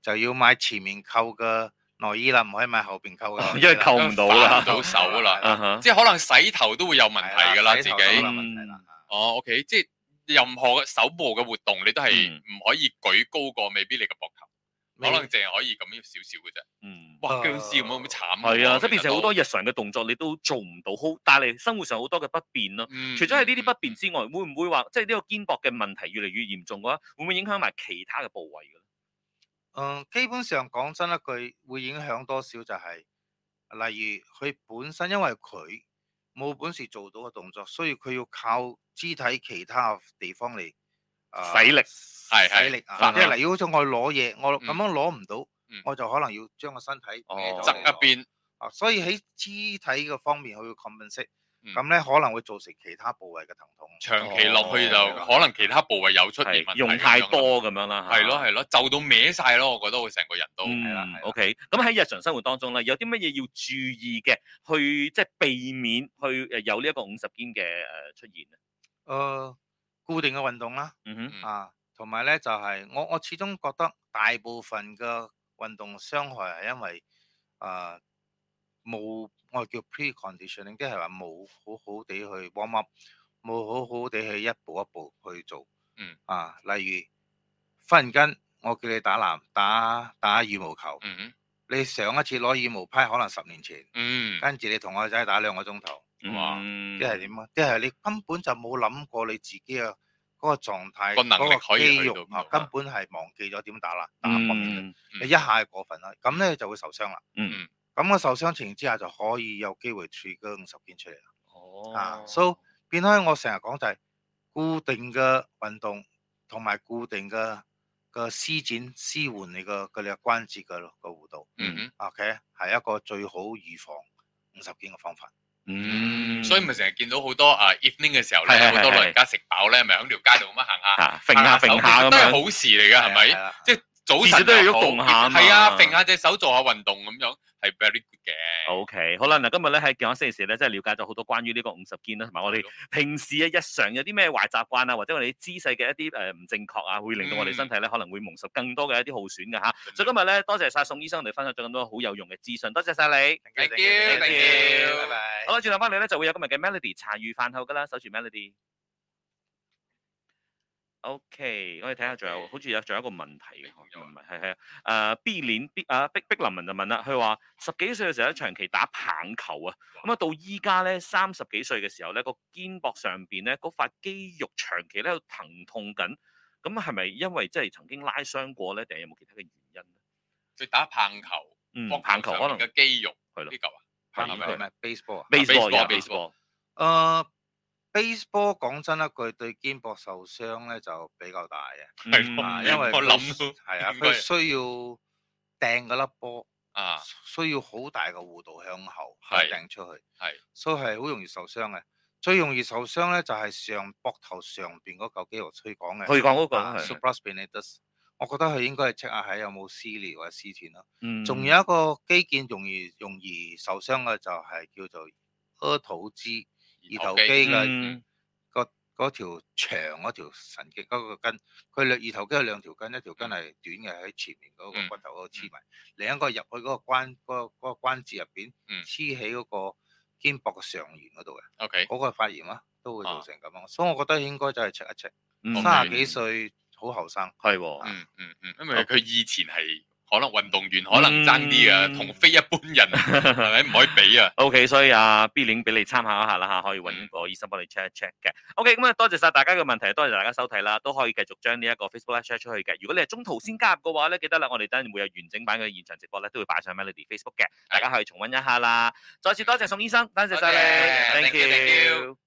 Speaker 1: 就要買前面扣嘅內衣啦，唔可以買後邊扣嘅內衣啦。
Speaker 2: 因為扣
Speaker 3: Ờ,
Speaker 2: 唔到啦
Speaker 3: 反唔到手 啦，
Speaker 2: 啊哈，
Speaker 3: 即係可能洗頭都會有問題㗎啦，自
Speaker 1: 洗頭都有
Speaker 3: 己。
Speaker 1: 問題啦
Speaker 3: 哦，OK，即係任何嘅手部嘅活動，你都係
Speaker 2: 嗯
Speaker 3: 唔可以舉高過，未必你嘅膊頭，可能
Speaker 1: 未
Speaker 3: 淨係可以咁樣少少嘅啫。
Speaker 2: 嗯。
Speaker 3: 哇，
Speaker 1: 啊
Speaker 3: 僵屍咁樣好慘㗎喎。
Speaker 2: 係啊，即係
Speaker 3: 其實
Speaker 2: 變成好
Speaker 3: 都
Speaker 2: 多，日常嘅動作你都做唔到，好帶嚟生活上好多嘅不便咯。
Speaker 3: 嗯
Speaker 2: 除咗係呢
Speaker 3: 嗯
Speaker 2: 啲不便之外，會唔會話即係呢個肩膊嘅問題越嚟越嚴重嘅話，會唔會影響埋其他嘅部位㗎
Speaker 1: 嗯，基本上講真一句，會影響多少就係、例如佢本身因為佢冇本事做到嘅動作，所以佢要靠肢體其他地方嚟、啊
Speaker 2: 使力
Speaker 3: 係係
Speaker 1: 使力啊！
Speaker 3: 發
Speaker 1: 即
Speaker 3: 力
Speaker 1: 係例如好似我攞嘢，我
Speaker 3: 嗯
Speaker 1: 咁樣攞唔到
Speaker 3: 嗯，
Speaker 1: 我就可能要將個身體
Speaker 2: 哦
Speaker 1: 孭咗
Speaker 3: 側
Speaker 1: 嚟
Speaker 3: 一
Speaker 1: 攞
Speaker 3: 邊。
Speaker 1: 啊，所以喺肢體嘅方面，佢會 compensate，
Speaker 3: 嗯
Speaker 1: 咁咧可能會造成其他部位嘅疼痛。
Speaker 3: 長期落去就
Speaker 1: 哦
Speaker 3: 可能其他部位有出現問
Speaker 2: 咧？
Speaker 3: 題，
Speaker 2: 用太多咁樣啦，嚇
Speaker 3: 係咯係咯，就到歪晒咯，我覺得我成個人都
Speaker 1: 係啦
Speaker 2: 嗯
Speaker 1: 係啦
Speaker 2: ，OK。咁喺日常生活當中咧，有啲乜嘢要注意嘅，去即係避免去誒有呢一個五十肩嘅誒出現咧？啊
Speaker 1: 誒、固定嘅運動啦。
Speaker 2: 嗯哼，
Speaker 3: 嗯
Speaker 1: 啊，同埋咧就係、我我始終覺得大部分嘅運動傷害係因為啊冇、我哋叫 preconditioning，即係話冇好好地去 warm up，冇好好地去一步一步去做。
Speaker 3: 嗯。
Speaker 1: 啊，例如忽然間我叫你打籃打打羽毛球，
Speaker 3: 嗯
Speaker 1: 你上一次攞羽毛拍可能十年前，
Speaker 3: 嗯
Speaker 2: 哎
Speaker 1: 跟住你同我仔打兩個鐘頭。
Speaker 3: 哇
Speaker 2: 嗯
Speaker 1: 即係點啊？即係你根本就冇諗過你自己嘅嗰個狀態，
Speaker 3: 個能力
Speaker 1: 嗰個
Speaker 3: 可以
Speaker 1: 肌
Speaker 3: 去到
Speaker 1: 肉啊，
Speaker 3: 邊度
Speaker 1: 根本係忘記咗點打啦，打方面嘅
Speaker 2: 嗯
Speaker 1: 你一下就過分啦，咁咧就會受傷啦。
Speaker 2: 嗯，
Speaker 1: 咁個受傷情形之下就可以有機會處嗰五十件出嚟啦。啊
Speaker 2: 哦
Speaker 1: ，so 變開我成日講就係固定嘅運動同埋固定嘅嘅施展舒緩你個嘅你嘅關節嘅個弧度。
Speaker 3: 嗯
Speaker 1: OK，係一個最好預防五十件嘅方法。
Speaker 2: 嗯，
Speaker 3: 所以咪成日見到好多啊 evening 嘅時候
Speaker 2: 係係
Speaker 3: 咧，
Speaker 2: 係
Speaker 3: 好多老人家食飽咧，咪喺條街度咁樣行下，
Speaker 2: 啊嚇揈下揈下咁
Speaker 3: 啊都係
Speaker 2: 樣，
Speaker 3: 好事嚟㗎，係
Speaker 1: 係
Speaker 3: 咪？
Speaker 1: 啦
Speaker 3: 即係早
Speaker 2: 至少
Speaker 3: 晨
Speaker 2: 都要喐
Speaker 3: 又好
Speaker 2: 動下嘛
Speaker 3: 係啊，揈下隻手做下運動咁樣係 very good 嘅。
Speaker 2: O、k 好啦，嗱，今日咧喺健康星期四咧，真係了解咗好多關於呢個五十肩啦，同埋我哋平時啊嘅日常有啲咩壞習慣啊，或者我哋姿勢嘅一啲誒唔正確啊，會令到我哋身體咧可能會蒙受更多嘅一啲耗損嘅
Speaker 3: 嗯
Speaker 2: 嚇。所以今日咧，多謝晒宋醫生，我哋分享咗咁多好有用嘅資訊，多謝晒你。
Speaker 1: Thank
Speaker 3: Thank
Speaker 1: you，thank
Speaker 2: you，thank
Speaker 1: you，
Speaker 3: you
Speaker 1: 拜拜
Speaker 2: 好。啦，轉頭翻嚟咧就會有今日嘅 Melody 茶餘飯後噶啦，守住 Melody。OK，我哋睇下仲有，好似有仲有一個問題嘅，哦
Speaker 3: 仲有啊
Speaker 2: 唔係係係啊，誒 B 鏈 B 啊碧碧林文就問啦，佢話十幾歲嘅時候咧長期打棒球啊，咁啊到依家咧三十幾歲嘅時候咧個肩膊上邊咧嗰塊肌肉長期咧喺度疼痛緊，咁係咪因為即係曾經拉傷過咧，定係有冇其他嘅原因咧？
Speaker 3: 佢打棒球，
Speaker 2: 嗯，
Speaker 3: 膊
Speaker 2: 棒球可能
Speaker 3: 嘅肌肉
Speaker 2: 係咯
Speaker 3: 呢嚿啊，
Speaker 1: 棒
Speaker 3: 棒
Speaker 1: 球
Speaker 3: 球
Speaker 2: 係
Speaker 1: 唔係 baseball 啊。
Speaker 2: baseball à? 有 baseball，
Speaker 3: baseball，
Speaker 1: 誒 baseball 講真一句，對肩膊受傷咧就比較大嘅，
Speaker 3: 係咯
Speaker 1: 啊，
Speaker 2: 嗯
Speaker 1: 因為
Speaker 3: 我
Speaker 1: 佢
Speaker 3: 諗都
Speaker 1: 係啊，
Speaker 3: 應該
Speaker 1: 佢需要掟嗰粒波
Speaker 3: 啊，
Speaker 1: 需要好大嘅弧度向後
Speaker 3: 係
Speaker 1: 掟出去，
Speaker 3: 係，
Speaker 1: 所以係好容易受傷嘅。最容易受傷咧就係上膊頭上邊嗰嚿肌肉推講嘅
Speaker 2: 佢講嗰個
Speaker 1: 啊
Speaker 2: 係，
Speaker 1: supraspinatus，我覺得佢應該係 check 下係有冇撕裂或者撕斷咯。
Speaker 2: 嗯
Speaker 1: 仲有一個肌腱容易容易受傷嘅就係叫做阿肚肌二頭肌嘅
Speaker 2: 嗯
Speaker 1: 嗰嗰條長嗰條神經嗰、個筋，佢兩二頭肌有兩條筋，一條筋係短嘅喺前面嗰
Speaker 3: 嗯
Speaker 1: 個骨頭嗰度黐埋，另一個入去嗰個關嗰、個嗰個關節入邊
Speaker 3: 嗯
Speaker 1: 黐起嗰個肩膊嘅上緣嗰度嘅，
Speaker 3: ，OK，
Speaker 1: 嗰、個發炎啦，都會
Speaker 3: 啊
Speaker 1: 造成咁樣，所以我覺得應該就係 check 一 check，
Speaker 2: 嗯
Speaker 1: 三十幾歲好後生。
Speaker 2: 係喎，
Speaker 3: 嗯嗯嗯，因為佢以前係可能運動員可能
Speaker 2: 嗯
Speaker 3: 爭啲啊，同非一般人係咪唔可以比啊？
Speaker 2: O、k 所以啊 B 鏈俾你參考一下啦嚇，可以
Speaker 3: 嗯
Speaker 2: 揾個醫生幫你 check 一 check 嘅。OK，咁啊多謝晒大家嘅問題，多謝大家收睇啦，都可以繼續將呢一個 Facebook Live share 出去嘅。如果你係中途先加入嘅話咧，記得啦，我哋等陣會有完整版嘅現場直播咧，都會擺上 Melody Facebook 嘅，大家可以重温一下啦。再次多謝宋醫生，多謝晒你
Speaker 3: 多謝，thank you，thank you